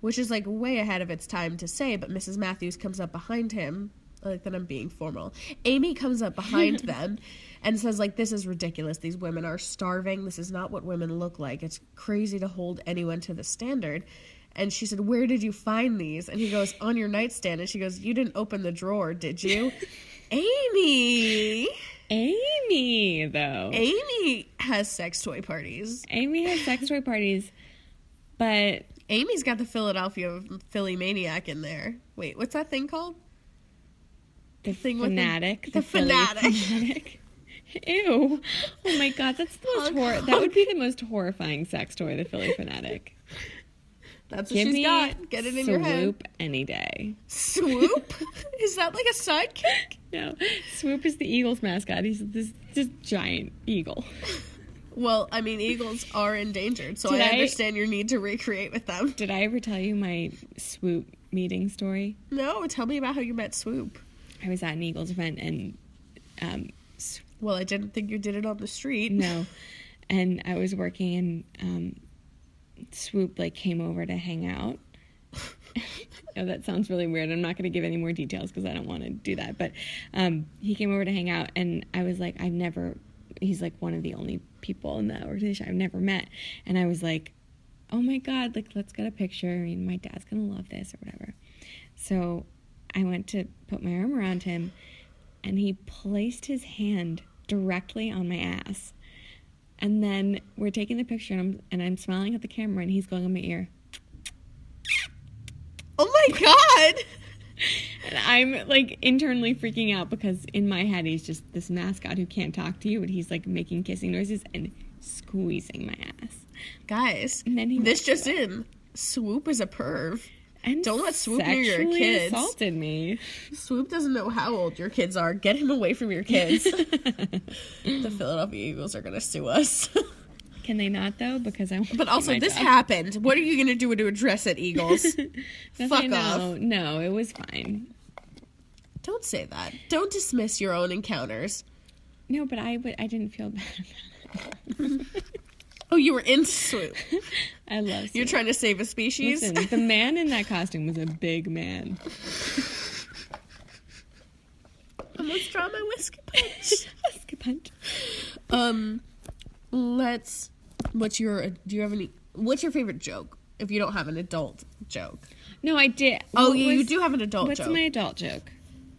[SPEAKER 2] which is like way ahead of its time to say. But Mrs. Matthews comes up behind him. I Like that, I'm being formal. Amy comes up behind them and says, "Like this is ridiculous. These women are starving. This is not what women look like. It's crazy to hold anyone to the standard." And she said, Where did you find these? And he goes, On your nightstand. And she goes, You didn't open the drawer, did you? Amy!
[SPEAKER 1] Amy though.
[SPEAKER 2] Amy has sex toy parties.
[SPEAKER 1] Amy had sex toy parties, but
[SPEAKER 2] Amy's got the Philadelphia Philly Maniac in there. Wait, what's that thing called?
[SPEAKER 1] the
[SPEAKER 2] thing with the-
[SPEAKER 1] fanatic,
[SPEAKER 2] the
[SPEAKER 1] Philly
[SPEAKER 2] fanatic.
[SPEAKER 1] fanatic. (laughs) Ew! Oh my god, that's the most
[SPEAKER 2] Oh,
[SPEAKER 1] hor-
[SPEAKER 2] God.
[SPEAKER 1] that would be the most horrifying sex toy, the Philly fanatic.
[SPEAKER 2] That's what
[SPEAKER 1] Give
[SPEAKER 2] (laughs) she's
[SPEAKER 1] me
[SPEAKER 2] got. Get it in
[SPEAKER 1] swoop
[SPEAKER 2] your head.
[SPEAKER 1] any day. (laughs)
[SPEAKER 2] Swoop? (laughs) Is that like a sidekick?
[SPEAKER 1] No, swoop is the Eagles mascot. He's this just giant eagle.
[SPEAKER 2] Well, I mean, eagles are endangered, so
[SPEAKER 1] Did
[SPEAKER 2] I
[SPEAKER 1] I-
[SPEAKER 2] understand your need to recreate with them. (laughs)
[SPEAKER 1] Did I ever tell you my swoop meeting story?
[SPEAKER 2] No, tell me about how you met Swoop.
[SPEAKER 1] I was at an Eagles event and um, s-
[SPEAKER 2] Well, I didn't think you did it on the street.
[SPEAKER 1] no, and I was working and um, swoop like came over to hang out. oh, that sounds really weird. I'm not going to give any more details because I don't want to do that. But um, he came over to hang out, and I was like, I've never. He's like one of the only people in the organization I've never met, and I was like, oh my god, like let's get a picture. I mean, my dad's gonna love this or whatever. So I went to put my arm around him, and he placed his hand directly on my ass. And then we're taking the picture, and I'm, and I'm smiling at the camera, and he's going on my ear.
[SPEAKER 2] (laughs) Oh my god!
[SPEAKER 1] And I'm like internally freaking out because in my head he's just this mascot who can't talk to you, and he's like making kissing noises and squeezing my ass.
[SPEAKER 2] Guys,
[SPEAKER 1] And then he
[SPEAKER 2] this
[SPEAKER 1] walked
[SPEAKER 2] just in. Swoop is a perv.
[SPEAKER 1] And
[SPEAKER 2] Don't let Swoop near your
[SPEAKER 1] sexually
[SPEAKER 2] kids.
[SPEAKER 1] assaulted
[SPEAKER 2] (laughs)
[SPEAKER 1] me.
[SPEAKER 2] Swoop doesn't know how old your kids are. Get him away from
[SPEAKER 1] (laughs)
[SPEAKER 2] your kids. the Philadelphia Eagles are going to sue us. (laughs)
[SPEAKER 1] Can they not though? Because I. want
[SPEAKER 2] but
[SPEAKER 1] to
[SPEAKER 2] also,
[SPEAKER 1] do my (laughs)
[SPEAKER 2] this
[SPEAKER 1] job.
[SPEAKER 2] happened. What are you going to do to address it, Eagles?
[SPEAKER 1] That's
[SPEAKER 2] Fuck
[SPEAKER 1] I know.
[SPEAKER 2] off.
[SPEAKER 1] No, it was fine.
[SPEAKER 2] Don't say that. Don't dismiss your own encounters.
[SPEAKER 1] No, but I would. I didn't feel bad. about it.
[SPEAKER 2] Oh, you were in Swoop.
[SPEAKER 1] (laughs) I love.
[SPEAKER 2] You're
[SPEAKER 1] Swoop.
[SPEAKER 2] trying to save a species?
[SPEAKER 1] Listen,
[SPEAKER 2] (laughs)
[SPEAKER 1] the man in that costume was a big man. (laughs)
[SPEAKER 2] I must draw my whiskey punch.
[SPEAKER 1] Skip hunt.
[SPEAKER 2] Um, let's. What's your? uh, Do you have any? What's your favorite joke? If you don't have an adult joke.
[SPEAKER 1] No, I did.
[SPEAKER 2] Oh,
[SPEAKER 1] What
[SPEAKER 2] you, you
[SPEAKER 1] was-
[SPEAKER 2] do have an adult
[SPEAKER 1] What's
[SPEAKER 2] joke.
[SPEAKER 1] my adult joke?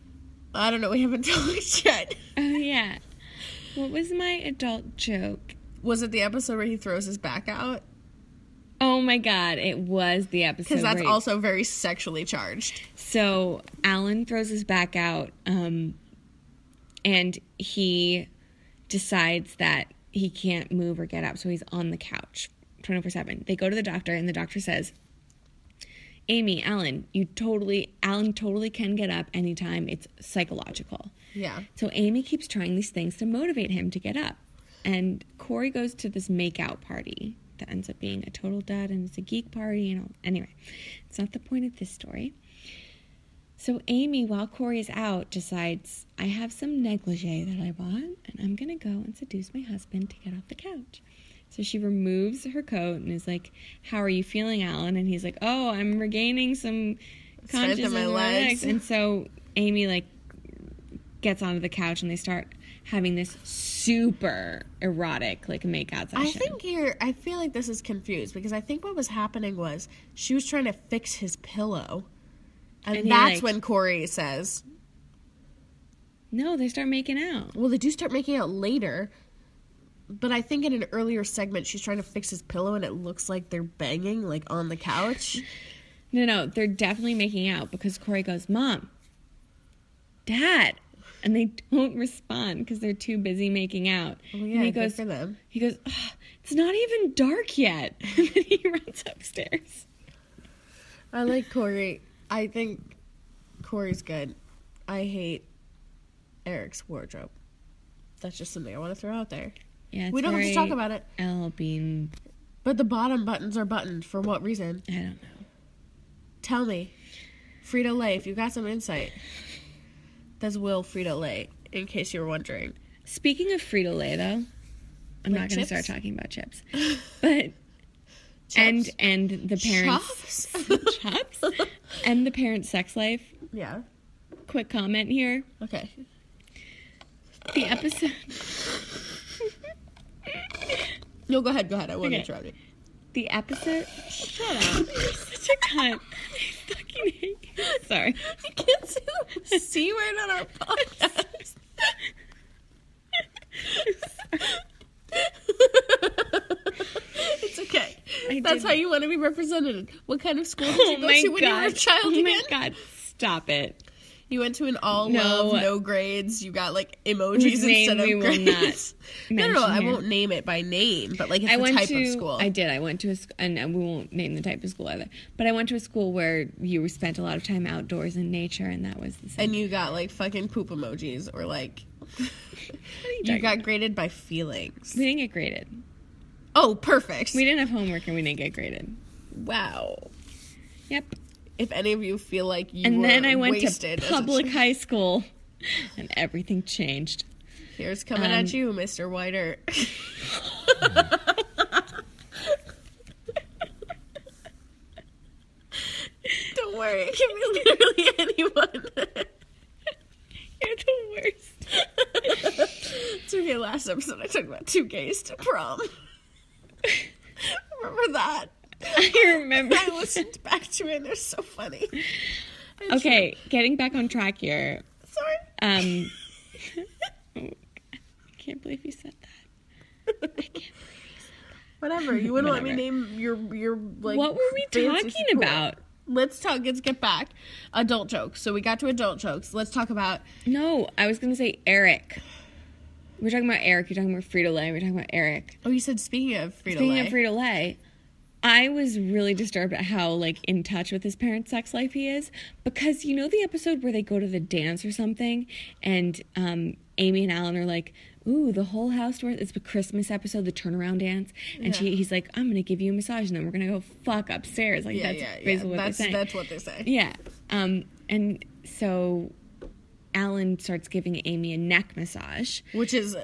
[SPEAKER 1] (laughs)
[SPEAKER 2] I don't know. We haven't (laughs) talked yet.
[SPEAKER 1] Oh yeah. What was my adult joke?
[SPEAKER 2] Was it the episode where he throws his back out?
[SPEAKER 1] Oh my god, it was the episode.
[SPEAKER 2] Because that's
[SPEAKER 1] where-
[SPEAKER 2] also very sexually charged.
[SPEAKER 1] So Alan throws his back out, um, and he decides that he can't move or get up, so he's on the couch 24 7. They go to the doctor, and the doctor says, Amy, Alan, you totally, Alan totally can get up anytime. It's psychological.
[SPEAKER 2] Yeah.
[SPEAKER 1] So Amy keeps trying these things to motivate him to get up. And Corey goes to this makeout party that ends up being a total dud and it's a geek party and all. Anyway, it's not the point of this story. So Amy, while Corey is out, decides, I have some negligee that I bought and I'm going to go and seduce my husband to get off the couch. So she removes her coat and is like, How are you feeling, Alan? And he's like, Oh, I'm regaining some
[SPEAKER 2] Strength in
[SPEAKER 1] consciousness.
[SPEAKER 2] my
[SPEAKER 1] in my
[SPEAKER 2] legs."
[SPEAKER 1] legs. And so Amy, like, gets onto the couch and they start having this super erotic like makeout session.
[SPEAKER 2] I think you're. I feel like this is confused because I think what was happening was she was trying to fix his pillow, and,
[SPEAKER 1] And he,
[SPEAKER 2] that's
[SPEAKER 1] like-
[SPEAKER 2] when Corey says,
[SPEAKER 1] no, they start making out.
[SPEAKER 2] Well, they do start making out later, but I think in an earlier segment she's trying to fix his pillow and it looks like they're banging like on the couch.
[SPEAKER 1] No, no, they're definitely making out because Corey goes, "Mom, Dad, and they don't respond because they're too busy making out.
[SPEAKER 2] (laughs)
[SPEAKER 1] And
[SPEAKER 2] Well, Oh, yeah,
[SPEAKER 1] he
[SPEAKER 2] good
[SPEAKER 1] goes,
[SPEAKER 2] for them.
[SPEAKER 1] He goes, "Ugh, it's not even dark yet. (laughs) And then he runs upstairs.
[SPEAKER 2] I like Corey. I think Corey's good. I hate Eric's wardrobe. That's just something I want to throw out there.
[SPEAKER 1] Yeah,
[SPEAKER 2] we
[SPEAKER 1] it's
[SPEAKER 2] don't have to
[SPEAKER 1] very
[SPEAKER 2] talk about it,
[SPEAKER 1] L being,
[SPEAKER 2] but the bottom buttons are buttoned. For what reason?
[SPEAKER 1] I don't know.
[SPEAKER 2] Tell me. Frito Lay, if you got some insight. That's Will Frito Lay, in case you were wondering.
[SPEAKER 1] Speaking of Frito Lay, though, I'm
[SPEAKER 2] Like
[SPEAKER 1] not going to
[SPEAKER 2] chips?
[SPEAKER 1] start talking about
[SPEAKER 2] (laughs)
[SPEAKER 1] chips, but and and the parents
[SPEAKER 2] Chops?
[SPEAKER 1] (laughs) chops and the parents' sex life.
[SPEAKER 2] yeah.
[SPEAKER 1] Quick comment here:
[SPEAKER 2] Okay.
[SPEAKER 1] the episode, (laughs)
[SPEAKER 2] No, go ahead, go ahead. I won't
[SPEAKER 1] Okay.
[SPEAKER 2] interrupt
[SPEAKER 1] (laughs)
[SPEAKER 2] you.
[SPEAKER 1] the episode. Shut
[SPEAKER 2] (laughs)
[SPEAKER 1] up! You're such a cunt. I fucking hate. You.
[SPEAKER 2] (laughs)
[SPEAKER 1] Sorry. Oh
[SPEAKER 2] I can't see the C word on our podcast. it's okay.
[SPEAKER 1] I
[SPEAKER 2] That's
[SPEAKER 1] did-
[SPEAKER 2] how you want to be represented. What kind of school did
[SPEAKER 1] Oh
[SPEAKER 2] you go
[SPEAKER 1] my
[SPEAKER 2] to when you were a
[SPEAKER 1] god!
[SPEAKER 2] child
[SPEAKER 1] oh
[SPEAKER 2] again?
[SPEAKER 1] my god! Stop it.
[SPEAKER 2] You went to an all
[SPEAKER 1] No.
[SPEAKER 2] love, no grades. You got like emojis
[SPEAKER 1] Whose name
[SPEAKER 2] instead of
[SPEAKER 1] we will not
[SPEAKER 2] grades. (laughs) no, no, no,
[SPEAKER 1] mention
[SPEAKER 2] I
[SPEAKER 1] here.
[SPEAKER 2] won't name it by name, but like it's
[SPEAKER 1] I
[SPEAKER 2] the
[SPEAKER 1] went
[SPEAKER 2] type
[SPEAKER 1] to.
[SPEAKER 2] of school.
[SPEAKER 1] I did. I went to a sc- and uh, we won't name the type of school either. But I went to a school where you spent a lot of time outdoors in nature, and that was the same.
[SPEAKER 2] and you got like fucking poop emojis or like
[SPEAKER 1] What are you
[SPEAKER 2] you
[SPEAKER 1] talking
[SPEAKER 2] got
[SPEAKER 1] about?
[SPEAKER 2] graded by feelings.
[SPEAKER 1] We didn't get graded.
[SPEAKER 2] Oh, perfect.
[SPEAKER 1] We didn't have homework, and we didn't get graded.
[SPEAKER 2] Wow.
[SPEAKER 1] Yep.
[SPEAKER 2] If any of you feel like you
[SPEAKER 1] And
[SPEAKER 2] were
[SPEAKER 1] then I went to
[SPEAKER 2] wasted as a
[SPEAKER 1] public
[SPEAKER 2] ch-
[SPEAKER 1] high school, and everything changed. (laughs)
[SPEAKER 2] Here's coming
[SPEAKER 1] um,
[SPEAKER 2] at you, Mr.
[SPEAKER 1] (laughs)
[SPEAKER 2] Whiter. Don't worry, it can be literally (laughs) anyone.
[SPEAKER 1] You're the worst.
[SPEAKER 2] (laughs) it's okay. Last episode, I talked about two gays to prom. (laughs) Remember that?
[SPEAKER 1] I remember.
[SPEAKER 2] (laughs) I listened back to it. and They're so funny. And
[SPEAKER 1] Okay, getting back on track here.
[SPEAKER 2] Sorry.
[SPEAKER 1] Um, I can't believe you said that.
[SPEAKER 2] (laughs) Whatever. You wouldn't let me
[SPEAKER 1] Whatever.
[SPEAKER 2] name your your like.
[SPEAKER 1] what were we
[SPEAKER 2] fancy
[SPEAKER 1] talking
[SPEAKER 2] school.
[SPEAKER 1] about?
[SPEAKER 2] Let's talk. Let's get back. Adult jokes. So we got to adult jokes. Let's talk about
[SPEAKER 1] No, I was gonna say Eric. We're talking about Eric. You're talking about Frito Lay. We're talking about Eric.
[SPEAKER 2] Oh, you said speaking of Frito
[SPEAKER 1] Speaking
[SPEAKER 2] Lay.
[SPEAKER 1] of Frito Lay, I was really disturbed at how like in touch with his parents' sex life he is because you know the episode where they go to the dance or something and um, Amy and Alan are like. Ooh, the whole house door. It's the Christmas episode, the turnaround dance, and she,
[SPEAKER 2] Yeah.
[SPEAKER 1] he's like, "I'm gonna give you a massage, and then we're gonna go fuck upstairs." Like
[SPEAKER 2] yeah,
[SPEAKER 1] that's
[SPEAKER 2] yeah, yeah.
[SPEAKER 1] basically what
[SPEAKER 2] that's
[SPEAKER 1] they're saying.
[SPEAKER 2] that's what they say.
[SPEAKER 1] Yeah. Um, and so Alan starts giving Amy a neck massage.
[SPEAKER 2] Which is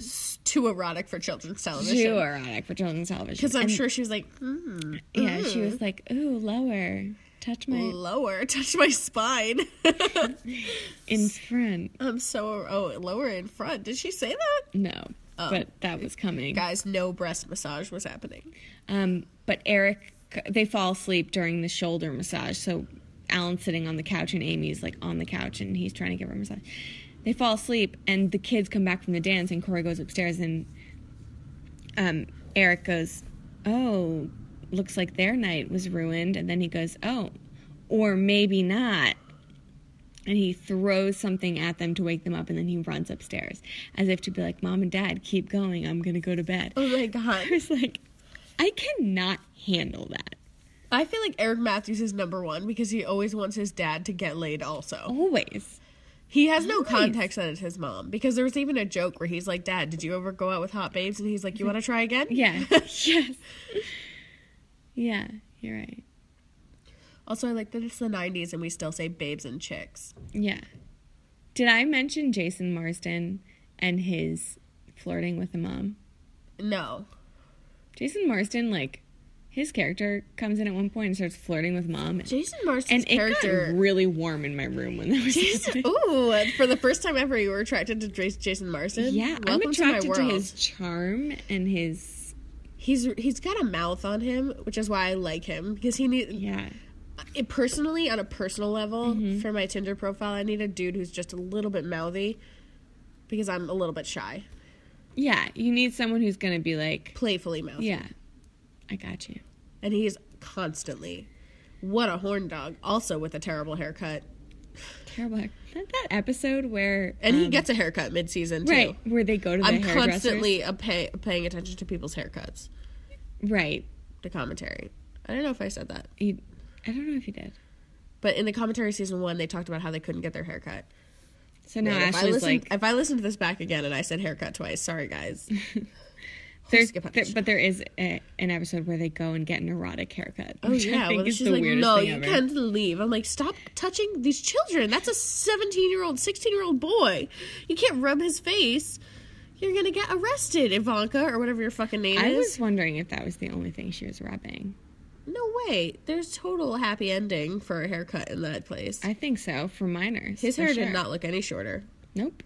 [SPEAKER 2] s- too erotic for children's
[SPEAKER 1] Too
[SPEAKER 2] television.
[SPEAKER 1] erotic for children's television.
[SPEAKER 2] Because I'm
[SPEAKER 1] And,
[SPEAKER 2] sure she was like, hmm,
[SPEAKER 1] Yeah, she was like, ooh, lower. Touch my
[SPEAKER 2] lower, (laughs) touch my spine. (laughs)
[SPEAKER 1] in front.
[SPEAKER 2] I'm so oh lower in front. Did she say that?
[SPEAKER 1] No. But that was coming.
[SPEAKER 2] Guys, no breast massage was happening.
[SPEAKER 1] Um, but Eric, they fall asleep during the shoulder massage. So Alan's sitting on the couch and Amy's like on the couch and he's trying to give her a massage. They fall asleep and the kids come back from the dance and Corey goes upstairs and um, Eric goes, Oh, looks like their night was ruined. And then he goes, Oh, or maybe not. And he throws something at them to wake them up and then he runs upstairs as if to be like, Mom and Dad, keep going. I'm going to go to bed.
[SPEAKER 2] Oh my god.
[SPEAKER 1] I was like, I cannot handle that.
[SPEAKER 2] I feel like Eric Matthews is number one because he always wants his dad to get laid also.
[SPEAKER 1] Always.
[SPEAKER 2] He has no context that it's his mom because there was even a joke where he's like, Dad, did you ever go out with hot babes? And he's like, You want to try again? (laughs)
[SPEAKER 1] Yeah. yes. Yeah, you're right.
[SPEAKER 2] Also, I like that it's the 90s and we still say babes and chicks.
[SPEAKER 1] Yeah. Did I mention Jason Marsden and his flirting with the mom?
[SPEAKER 2] No.
[SPEAKER 1] Jason Marsden, like, his character comes in at one point and starts flirting with mom.
[SPEAKER 2] Jason Marston's
[SPEAKER 1] And it got
[SPEAKER 2] character.
[SPEAKER 1] really warm in my room when that was
[SPEAKER 2] (laughs) Jason, ooh, and for the first time ever, you were attracted to Dra- Jason Marston.
[SPEAKER 1] Yeah, I'm
[SPEAKER 2] Welcome to my
[SPEAKER 1] attracted to,
[SPEAKER 2] world.
[SPEAKER 1] his charm and his
[SPEAKER 2] He's he's got a mouth on him, which is why I like him because he need
[SPEAKER 1] yeah.
[SPEAKER 2] it personally on a personal level for my Tinder profile. I need a dude who's just a little bit mouthy because I'm a little bit shy,
[SPEAKER 1] Yeah, you need someone who's gonna be like,
[SPEAKER 2] playfully mouthy,
[SPEAKER 1] yeah, I got you.
[SPEAKER 2] and he's constantly what a horn dog. Also with a terrible haircut.
[SPEAKER 1] Terrible. hair- That, that episode where
[SPEAKER 2] And he
[SPEAKER 1] um,
[SPEAKER 2] gets a haircut mid-season too.
[SPEAKER 1] right where they go to the
[SPEAKER 2] I'm
[SPEAKER 1] hairdressers.
[SPEAKER 2] constantly a pay, paying attention to people's haircuts,
[SPEAKER 1] right.
[SPEAKER 2] the commentary. I don't know if I said that,
[SPEAKER 1] You, I don't know if you did.
[SPEAKER 2] but in the commentary season one, they talked about how they couldn't get their haircut.
[SPEAKER 1] So now
[SPEAKER 2] if I
[SPEAKER 1] Ashley's
[SPEAKER 2] listened,
[SPEAKER 1] like,
[SPEAKER 2] if I listened to this back again and I said haircut twice,
[SPEAKER 1] (laughs)
[SPEAKER 2] sorry guys.
[SPEAKER 1] there's,
[SPEAKER 2] skip ahead.
[SPEAKER 1] there, but there is a, an episode where they go and get an erotic haircut,
[SPEAKER 2] Oh
[SPEAKER 1] which
[SPEAKER 2] yeah,
[SPEAKER 1] I think
[SPEAKER 2] well,
[SPEAKER 1] is
[SPEAKER 2] she's
[SPEAKER 1] the
[SPEAKER 2] like,
[SPEAKER 1] weirdest
[SPEAKER 2] no,
[SPEAKER 1] thing
[SPEAKER 2] you
[SPEAKER 1] ever.
[SPEAKER 2] can't leave. I'm like, stop touching these children. That's a 17 year old, 16 year old boy. You can't rub his face. You're gonna get arrested, Ivanka, or whatever your fucking name
[SPEAKER 1] I
[SPEAKER 2] is.
[SPEAKER 1] was wondering if that was the only thing she was rubbing.
[SPEAKER 2] No way. There's total happy ending for a haircut in that place.
[SPEAKER 1] I think so for minors.
[SPEAKER 2] His
[SPEAKER 1] for
[SPEAKER 2] hair
[SPEAKER 1] sure.
[SPEAKER 2] did not look any shorter.
[SPEAKER 1] Nope.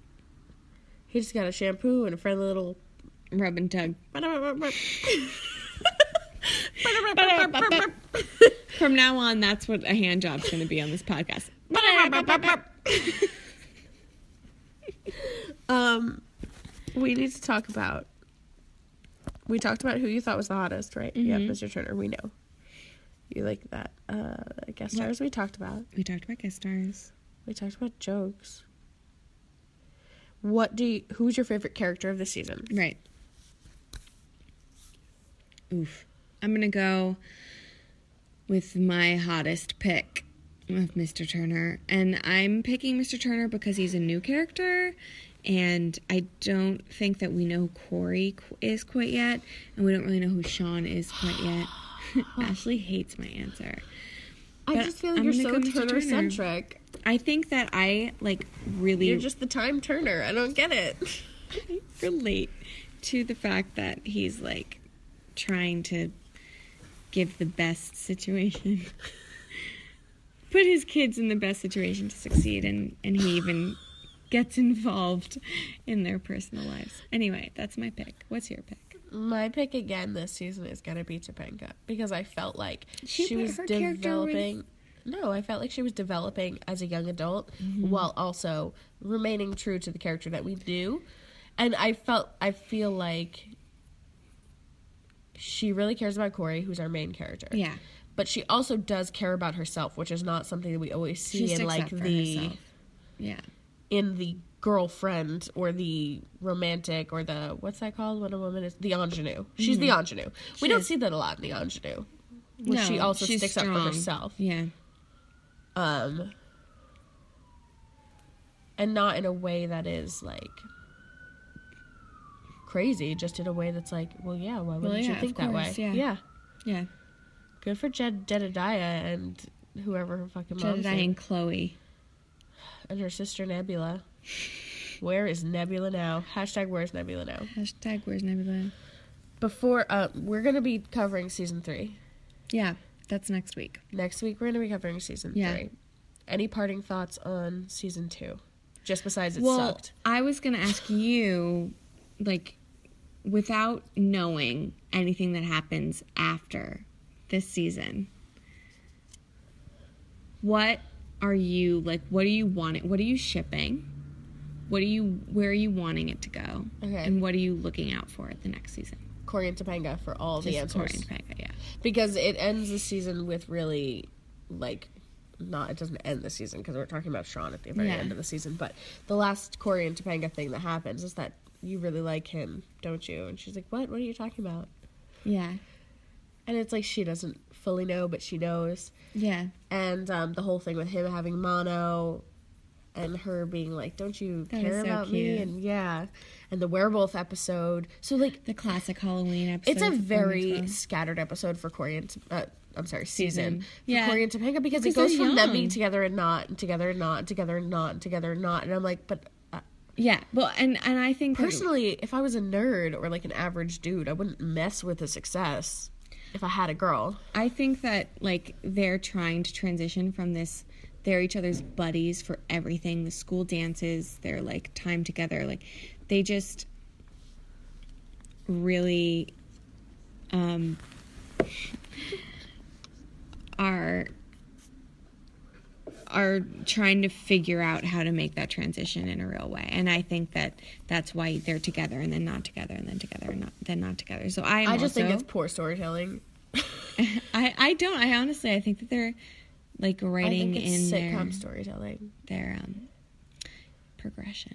[SPEAKER 2] He just got a shampoo and a friendly little.
[SPEAKER 1] Rub and
[SPEAKER 2] (laughs)
[SPEAKER 1] tug. From now on, that's what a hand job's going to be on this podcast.
[SPEAKER 2] (laughs) um, we need to talk about. We talked about who you thought was the hottest, right? Yeah, Mr. Turner. We know. You like that uh, guest stars we talked about.
[SPEAKER 1] We talked about guest stars.
[SPEAKER 2] We talked about jokes. What do you, who's your favorite character of the season?
[SPEAKER 1] Right. Oof. I'm going to go with my hottest pick of Mr. Turner. And I'm picking Mr. Turner because he's a new character. And I don't think that we know who Corey qu- is quite yet. And we don't really know who Sean is quite
[SPEAKER 2] (gasps)
[SPEAKER 1] yet. (laughs) Ashley hates my answer.
[SPEAKER 2] I
[SPEAKER 1] But
[SPEAKER 2] just feel like
[SPEAKER 1] I'm
[SPEAKER 2] you're so
[SPEAKER 1] gonna go Mr.
[SPEAKER 2] Turner
[SPEAKER 1] Turner.
[SPEAKER 2] centric.
[SPEAKER 1] I think that I like really
[SPEAKER 2] You're just the time Turner. I don't get it. (laughs)
[SPEAKER 1] (laughs) relate to the fact that he's like trying to give the best situation (laughs) put his kids in the best situation to succeed and and he even gets involved in their personal lives anyway that's my pick what's your pick
[SPEAKER 2] My pick again this season is gonna be Topanga because I felt like she,
[SPEAKER 1] She put
[SPEAKER 2] was
[SPEAKER 1] her character with-
[SPEAKER 2] developing. No, I felt like she was developing as a young adult
[SPEAKER 1] Mm-hmm.
[SPEAKER 2] while also remaining true to the character that we knew, and I felt I feel like she really cares about Corey, who's our main character.
[SPEAKER 1] yeah
[SPEAKER 2] But she also does care about herself, which is not something that we always see in like the
[SPEAKER 1] yeah
[SPEAKER 2] in the girlfriend or the romantic or the what's that called when a woman is the ingenue. She's
[SPEAKER 1] Mm-hmm.
[SPEAKER 2] the ingenue. We don't see that a lot in the ingenue, where she also
[SPEAKER 1] she's
[SPEAKER 2] sticks up
[SPEAKER 1] strong.
[SPEAKER 2] for herself.
[SPEAKER 1] yeah
[SPEAKER 2] Um, and not in a way that is like crazy, just in a way that's like, well, yeah, why wouldn't
[SPEAKER 1] yeah,
[SPEAKER 2] you
[SPEAKER 1] of
[SPEAKER 2] think that
[SPEAKER 1] course,
[SPEAKER 2] way?
[SPEAKER 1] yeah.
[SPEAKER 2] yeah.
[SPEAKER 1] yeah
[SPEAKER 2] Good for Jed Jedediah and whoever her fucking mom's
[SPEAKER 1] jedediah
[SPEAKER 2] name
[SPEAKER 1] and chloe
[SPEAKER 2] and her sister Nebula. Where is Nebula now? Hashtag where's Nebula now?
[SPEAKER 1] hashtag where's nebula
[SPEAKER 2] before uh, we're gonna be covering season three
[SPEAKER 1] yeah that's next week
[SPEAKER 2] next week we're gonna be covering season
[SPEAKER 1] Yeah.
[SPEAKER 2] three any parting thoughts on season two just besides it
[SPEAKER 1] well,
[SPEAKER 2] sucked
[SPEAKER 1] I was going to ask you, like, without knowing anything that happens after this season, what are you like? What do you want? It? What are you shipping? What are you? Where are you wanting it to go?
[SPEAKER 2] Okay.
[SPEAKER 1] And what are you looking out for at the next season?
[SPEAKER 2] corey and topanga for all the
[SPEAKER 1] Just Cora
[SPEAKER 2] answers
[SPEAKER 1] and Pega, yeah.
[SPEAKER 2] because it ends the season with really like not it doesn't end the season because we're talking about sean at the very
[SPEAKER 1] Yeah.
[SPEAKER 2] end of the season but the last corey and topanga thing that happens is that you really like him don't you and she's like what what are you talking about
[SPEAKER 1] Yeah.
[SPEAKER 2] and it's like she doesn't fully know but she knows
[SPEAKER 1] Yeah.
[SPEAKER 2] and um, the whole thing with him having mono and her being like don't you
[SPEAKER 1] That
[SPEAKER 2] care
[SPEAKER 1] was so
[SPEAKER 2] about me
[SPEAKER 1] cute.
[SPEAKER 2] and yeah and the werewolf episode so like
[SPEAKER 1] The classic Halloween episode.
[SPEAKER 2] it's a
[SPEAKER 1] of Women's
[SPEAKER 2] very
[SPEAKER 1] World.
[SPEAKER 2] scattered episode for Corey and uh, I'm sorry
[SPEAKER 1] Season.
[SPEAKER 2] season, for
[SPEAKER 1] Yeah.
[SPEAKER 2] Corey and Topanga because
[SPEAKER 1] Because
[SPEAKER 2] it
[SPEAKER 1] they're
[SPEAKER 2] goes from them being
[SPEAKER 1] young.
[SPEAKER 2] together and not and together and not and together and not and together and not and I'm like but uh,
[SPEAKER 1] yeah. Well, and and I think that-
[SPEAKER 2] personally if I was a nerd or like an average dude I wouldn't mess with the success if I had a girl
[SPEAKER 1] I think that like they're trying to transition from this they're each other's buddies for everything, the school dances, they're like time together, like they just really um are are trying to figure out how to make that transition in a real way. And I think that that's why they're together and then not together and then together and not, then not together. So I am
[SPEAKER 2] I just think
[SPEAKER 1] also-
[SPEAKER 2] it's poor storytelling
[SPEAKER 1] I, I don't. I honestly, I think that they're like
[SPEAKER 2] I
[SPEAKER 1] writing
[SPEAKER 2] think it's
[SPEAKER 1] in
[SPEAKER 2] sitcom
[SPEAKER 1] their
[SPEAKER 2] storytelling.
[SPEAKER 1] their um, progression.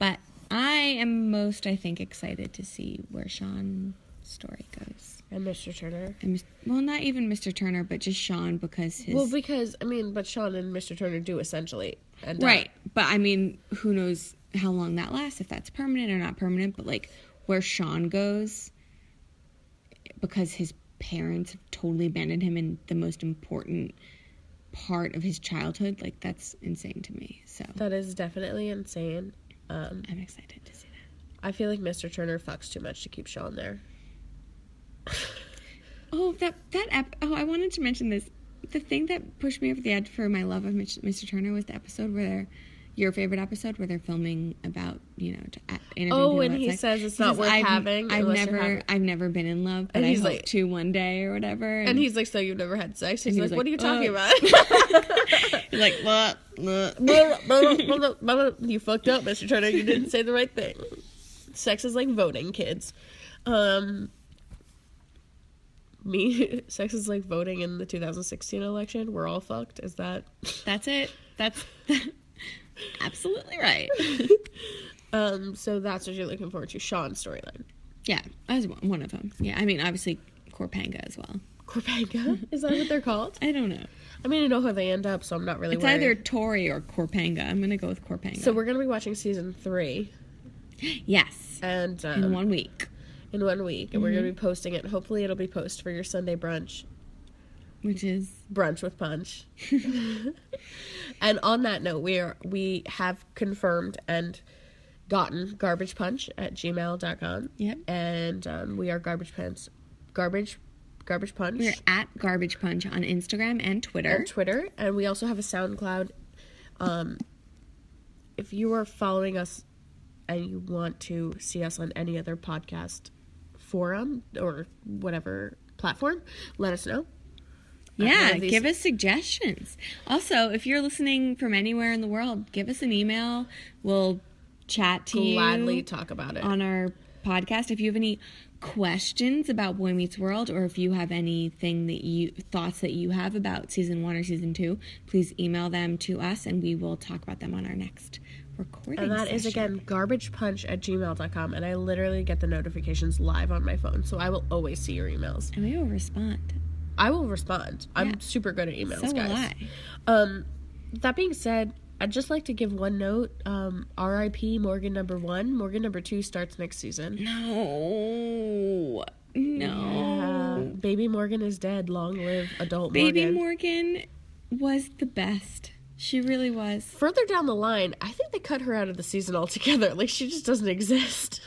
[SPEAKER 1] But I am most, I think, excited to see where Sean's story goes.
[SPEAKER 2] And Mr. Turner.
[SPEAKER 1] And, mis- well, not even Mr. Turner, but just Sean because his
[SPEAKER 2] Well, because I mean, but Sean and Mr. Turner do essentially end up-
[SPEAKER 1] right. But I mean, who knows how long that lasts? If that's permanent or not permanent? But like where Sean goes, because his parents have totally abandoned him in the most important part of his childhood. Like that's insane to me. So
[SPEAKER 2] That is definitely insane. Um,
[SPEAKER 1] I'm excited to see that.
[SPEAKER 2] I feel like Mr. Turner fucks too much to keep Sean there.
[SPEAKER 1] Oh, that that ep- oh, I wanted to mention this. The thing that pushed me over the edge for my love of Mitch- Mr. Turner was the episode where they're your favorite episode where they're filming about you know to a- interviewing
[SPEAKER 2] Oh,
[SPEAKER 1] people
[SPEAKER 2] when
[SPEAKER 1] about
[SPEAKER 2] he
[SPEAKER 1] sex.
[SPEAKER 2] says it's not worth
[SPEAKER 1] I've,
[SPEAKER 2] having
[SPEAKER 1] I've
[SPEAKER 2] unless you're
[SPEAKER 1] never
[SPEAKER 2] having-
[SPEAKER 1] I've never been in love, but
[SPEAKER 2] And
[SPEAKER 1] I
[SPEAKER 2] he's
[SPEAKER 1] hope
[SPEAKER 2] like-
[SPEAKER 1] to one day or whatever.
[SPEAKER 2] And he's like, "So you've never had sex?" He's
[SPEAKER 1] he
[SPEAKER 2] like, "Uh,
[SPEAKER 1] was
[SPEAKER 2] "What are you
[SPEAKER 1] like,
[SPEAKER 2] talking (laughs)
[SPEAKER 1] he's like, look, look.
[SPEAKER 2] about?" you fucked up, Mr. Turner. You didn't say the right thing. Sex is like voting, kids. Um, me, (laughs) sex is like voting in the 2016 election. We're all fucked. Is that?
[SPEAKER 1] That's it. That's (laughs) absolutely right.
[SPEAKER 2] Um, so that's what you're looking forward to, Sean's storyline.
[SPEAKER 1] Yeah, I was one one of them. Yeah, I mean, obviously Corpanga as well.
[SPEAKER 2] Corpanga is that what they're called?
[SPEAKER 1] I don't know.
[SPEAKER 2] I mean, I know how they end up, so I'm not really.
[SPEAKER 1] It's
[SPEAKER 2] worried.
[SPEAKER 1] either Tori or Corpanga. I'm gonna go with Corpanga.
[SPEAKER 2] So we're gonna be watching season three,
[SPEAKER 1] yes,
[SPEAKER 2] and um,
[SPEAKER 1] in one Mm-hmm. week,
[SPEAKER 2] in one week, and we're gonna be posting it. Hopefully, it'll be post for your Sunday brunch,
[SPEAKER 1] which is
[SPEAKER 2] brunch
[SPEAKER 1] (laughs)
[SPEAKER 2] with punch. and on that note, we are we have confirmed and gotten garbage punch at gmail.com.
[SPEAKER 1] Yep.
[SPEAKER 2] And um, we are garbage punch, garbage, garbage punch
[SPEAKER 1] we're at Garbage Punch on Instagram and Twitter.
[SPEAKER 2] on Twitter, and we also have a SoundCloud. Um, if you are following us and you want to see us on any other podcast forum or whatever platform, let us know. one
[SPEAKER 1] yeah,
[SPEAKER 2] of these-
[SPEAKER 1] give us suggestions. Also, if you're listening from anywhere in the world, give us an email. We'll chat to
[SPEAKER 2] Gladly
[SPEAKER 1] you
[SPEAKER 2] talk about it.
[SPEAKER 1] on our podcast. If you have any questions about Boy Meets World, or if you have anything that you thoughts that you have about season one or season two, please email them to us, and we will talk about them on our next recording.
[SPEAKER 2] and that is
[SPEAKER 1] session.
[SPEAKER 2] again garbagepunch at gmail.com. And I literally get the notifications live on my phone, so I will always see your emails.
[SPEAKER 1] and we will respond.
[SPEAKER 2] I will respond.
[SPEAKER 1] Yeah.
[SPEAKER 2] I'm super good at emails,
[SPEAKER 1] So will
[SPEAKER 2] guys.
[SPEAKER 1] I.
[SPEAKER 2] Um, that being said, I'd just like to give one note. Um, R.I.P. Morgan number one. Morgan number two starts next season.
[SPEAKER 1] No, no.
[SPEAKER 2] Uh, baby Morgan is dead. Long live adult
[SPEAKER 1] Baby
[SPEAKER 2] Morgan.
[SPEAKER 1] Morgan was the best. She really was.
[SPEAKER 2] Further down the line, I think they cut her out of the season altogether. (laughs) Like she just doesn't exist.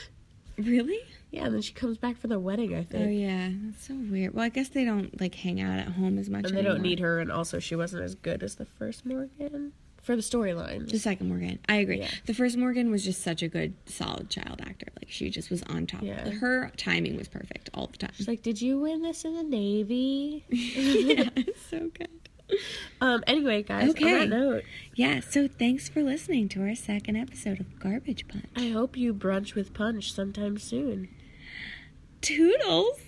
[SPEAKER 1] Really?
[SPEAKER 2] Yeah, and then she comes back for the wedding. I
[SPEAKER 1] Oh
[SPEAKER 2] think.
[SPEAKER 1] yeah, that's so weird. Well, I guess they don't like hang out at home as much.
[SPEAKER 2] and they don't need her, and also she wasn't as good as the first Morgan for the storyline.
[SPEAKER 1] The second Morgan, I agree.
[SPEAKER 2] Yeah.
[SPEAKER 1] The first Morgan was just such a good, solid child actor. Like she just was on top.
[SPEAKER 2] Yeah.
[SPEAKER 1] Her timing was perfect all the time. (laughs)
[SPEAKER 2] (laughs) She's like, "Did you win this in the Navy?"
[SPEAKER 1] yeah, it's so good.
[SPEAKER 2] (laughs) um. Anyway, guys.
[SPEAKER 1] Okay.
[SPEAKER 2] On that note,
[SPEAKER 1] Yeah. So thanks for listening to our second episode of Garbage Punch.
[SPEAKER 2] I hope you brunch with punch sometime soon.
[SPEAKER 1] Toodles.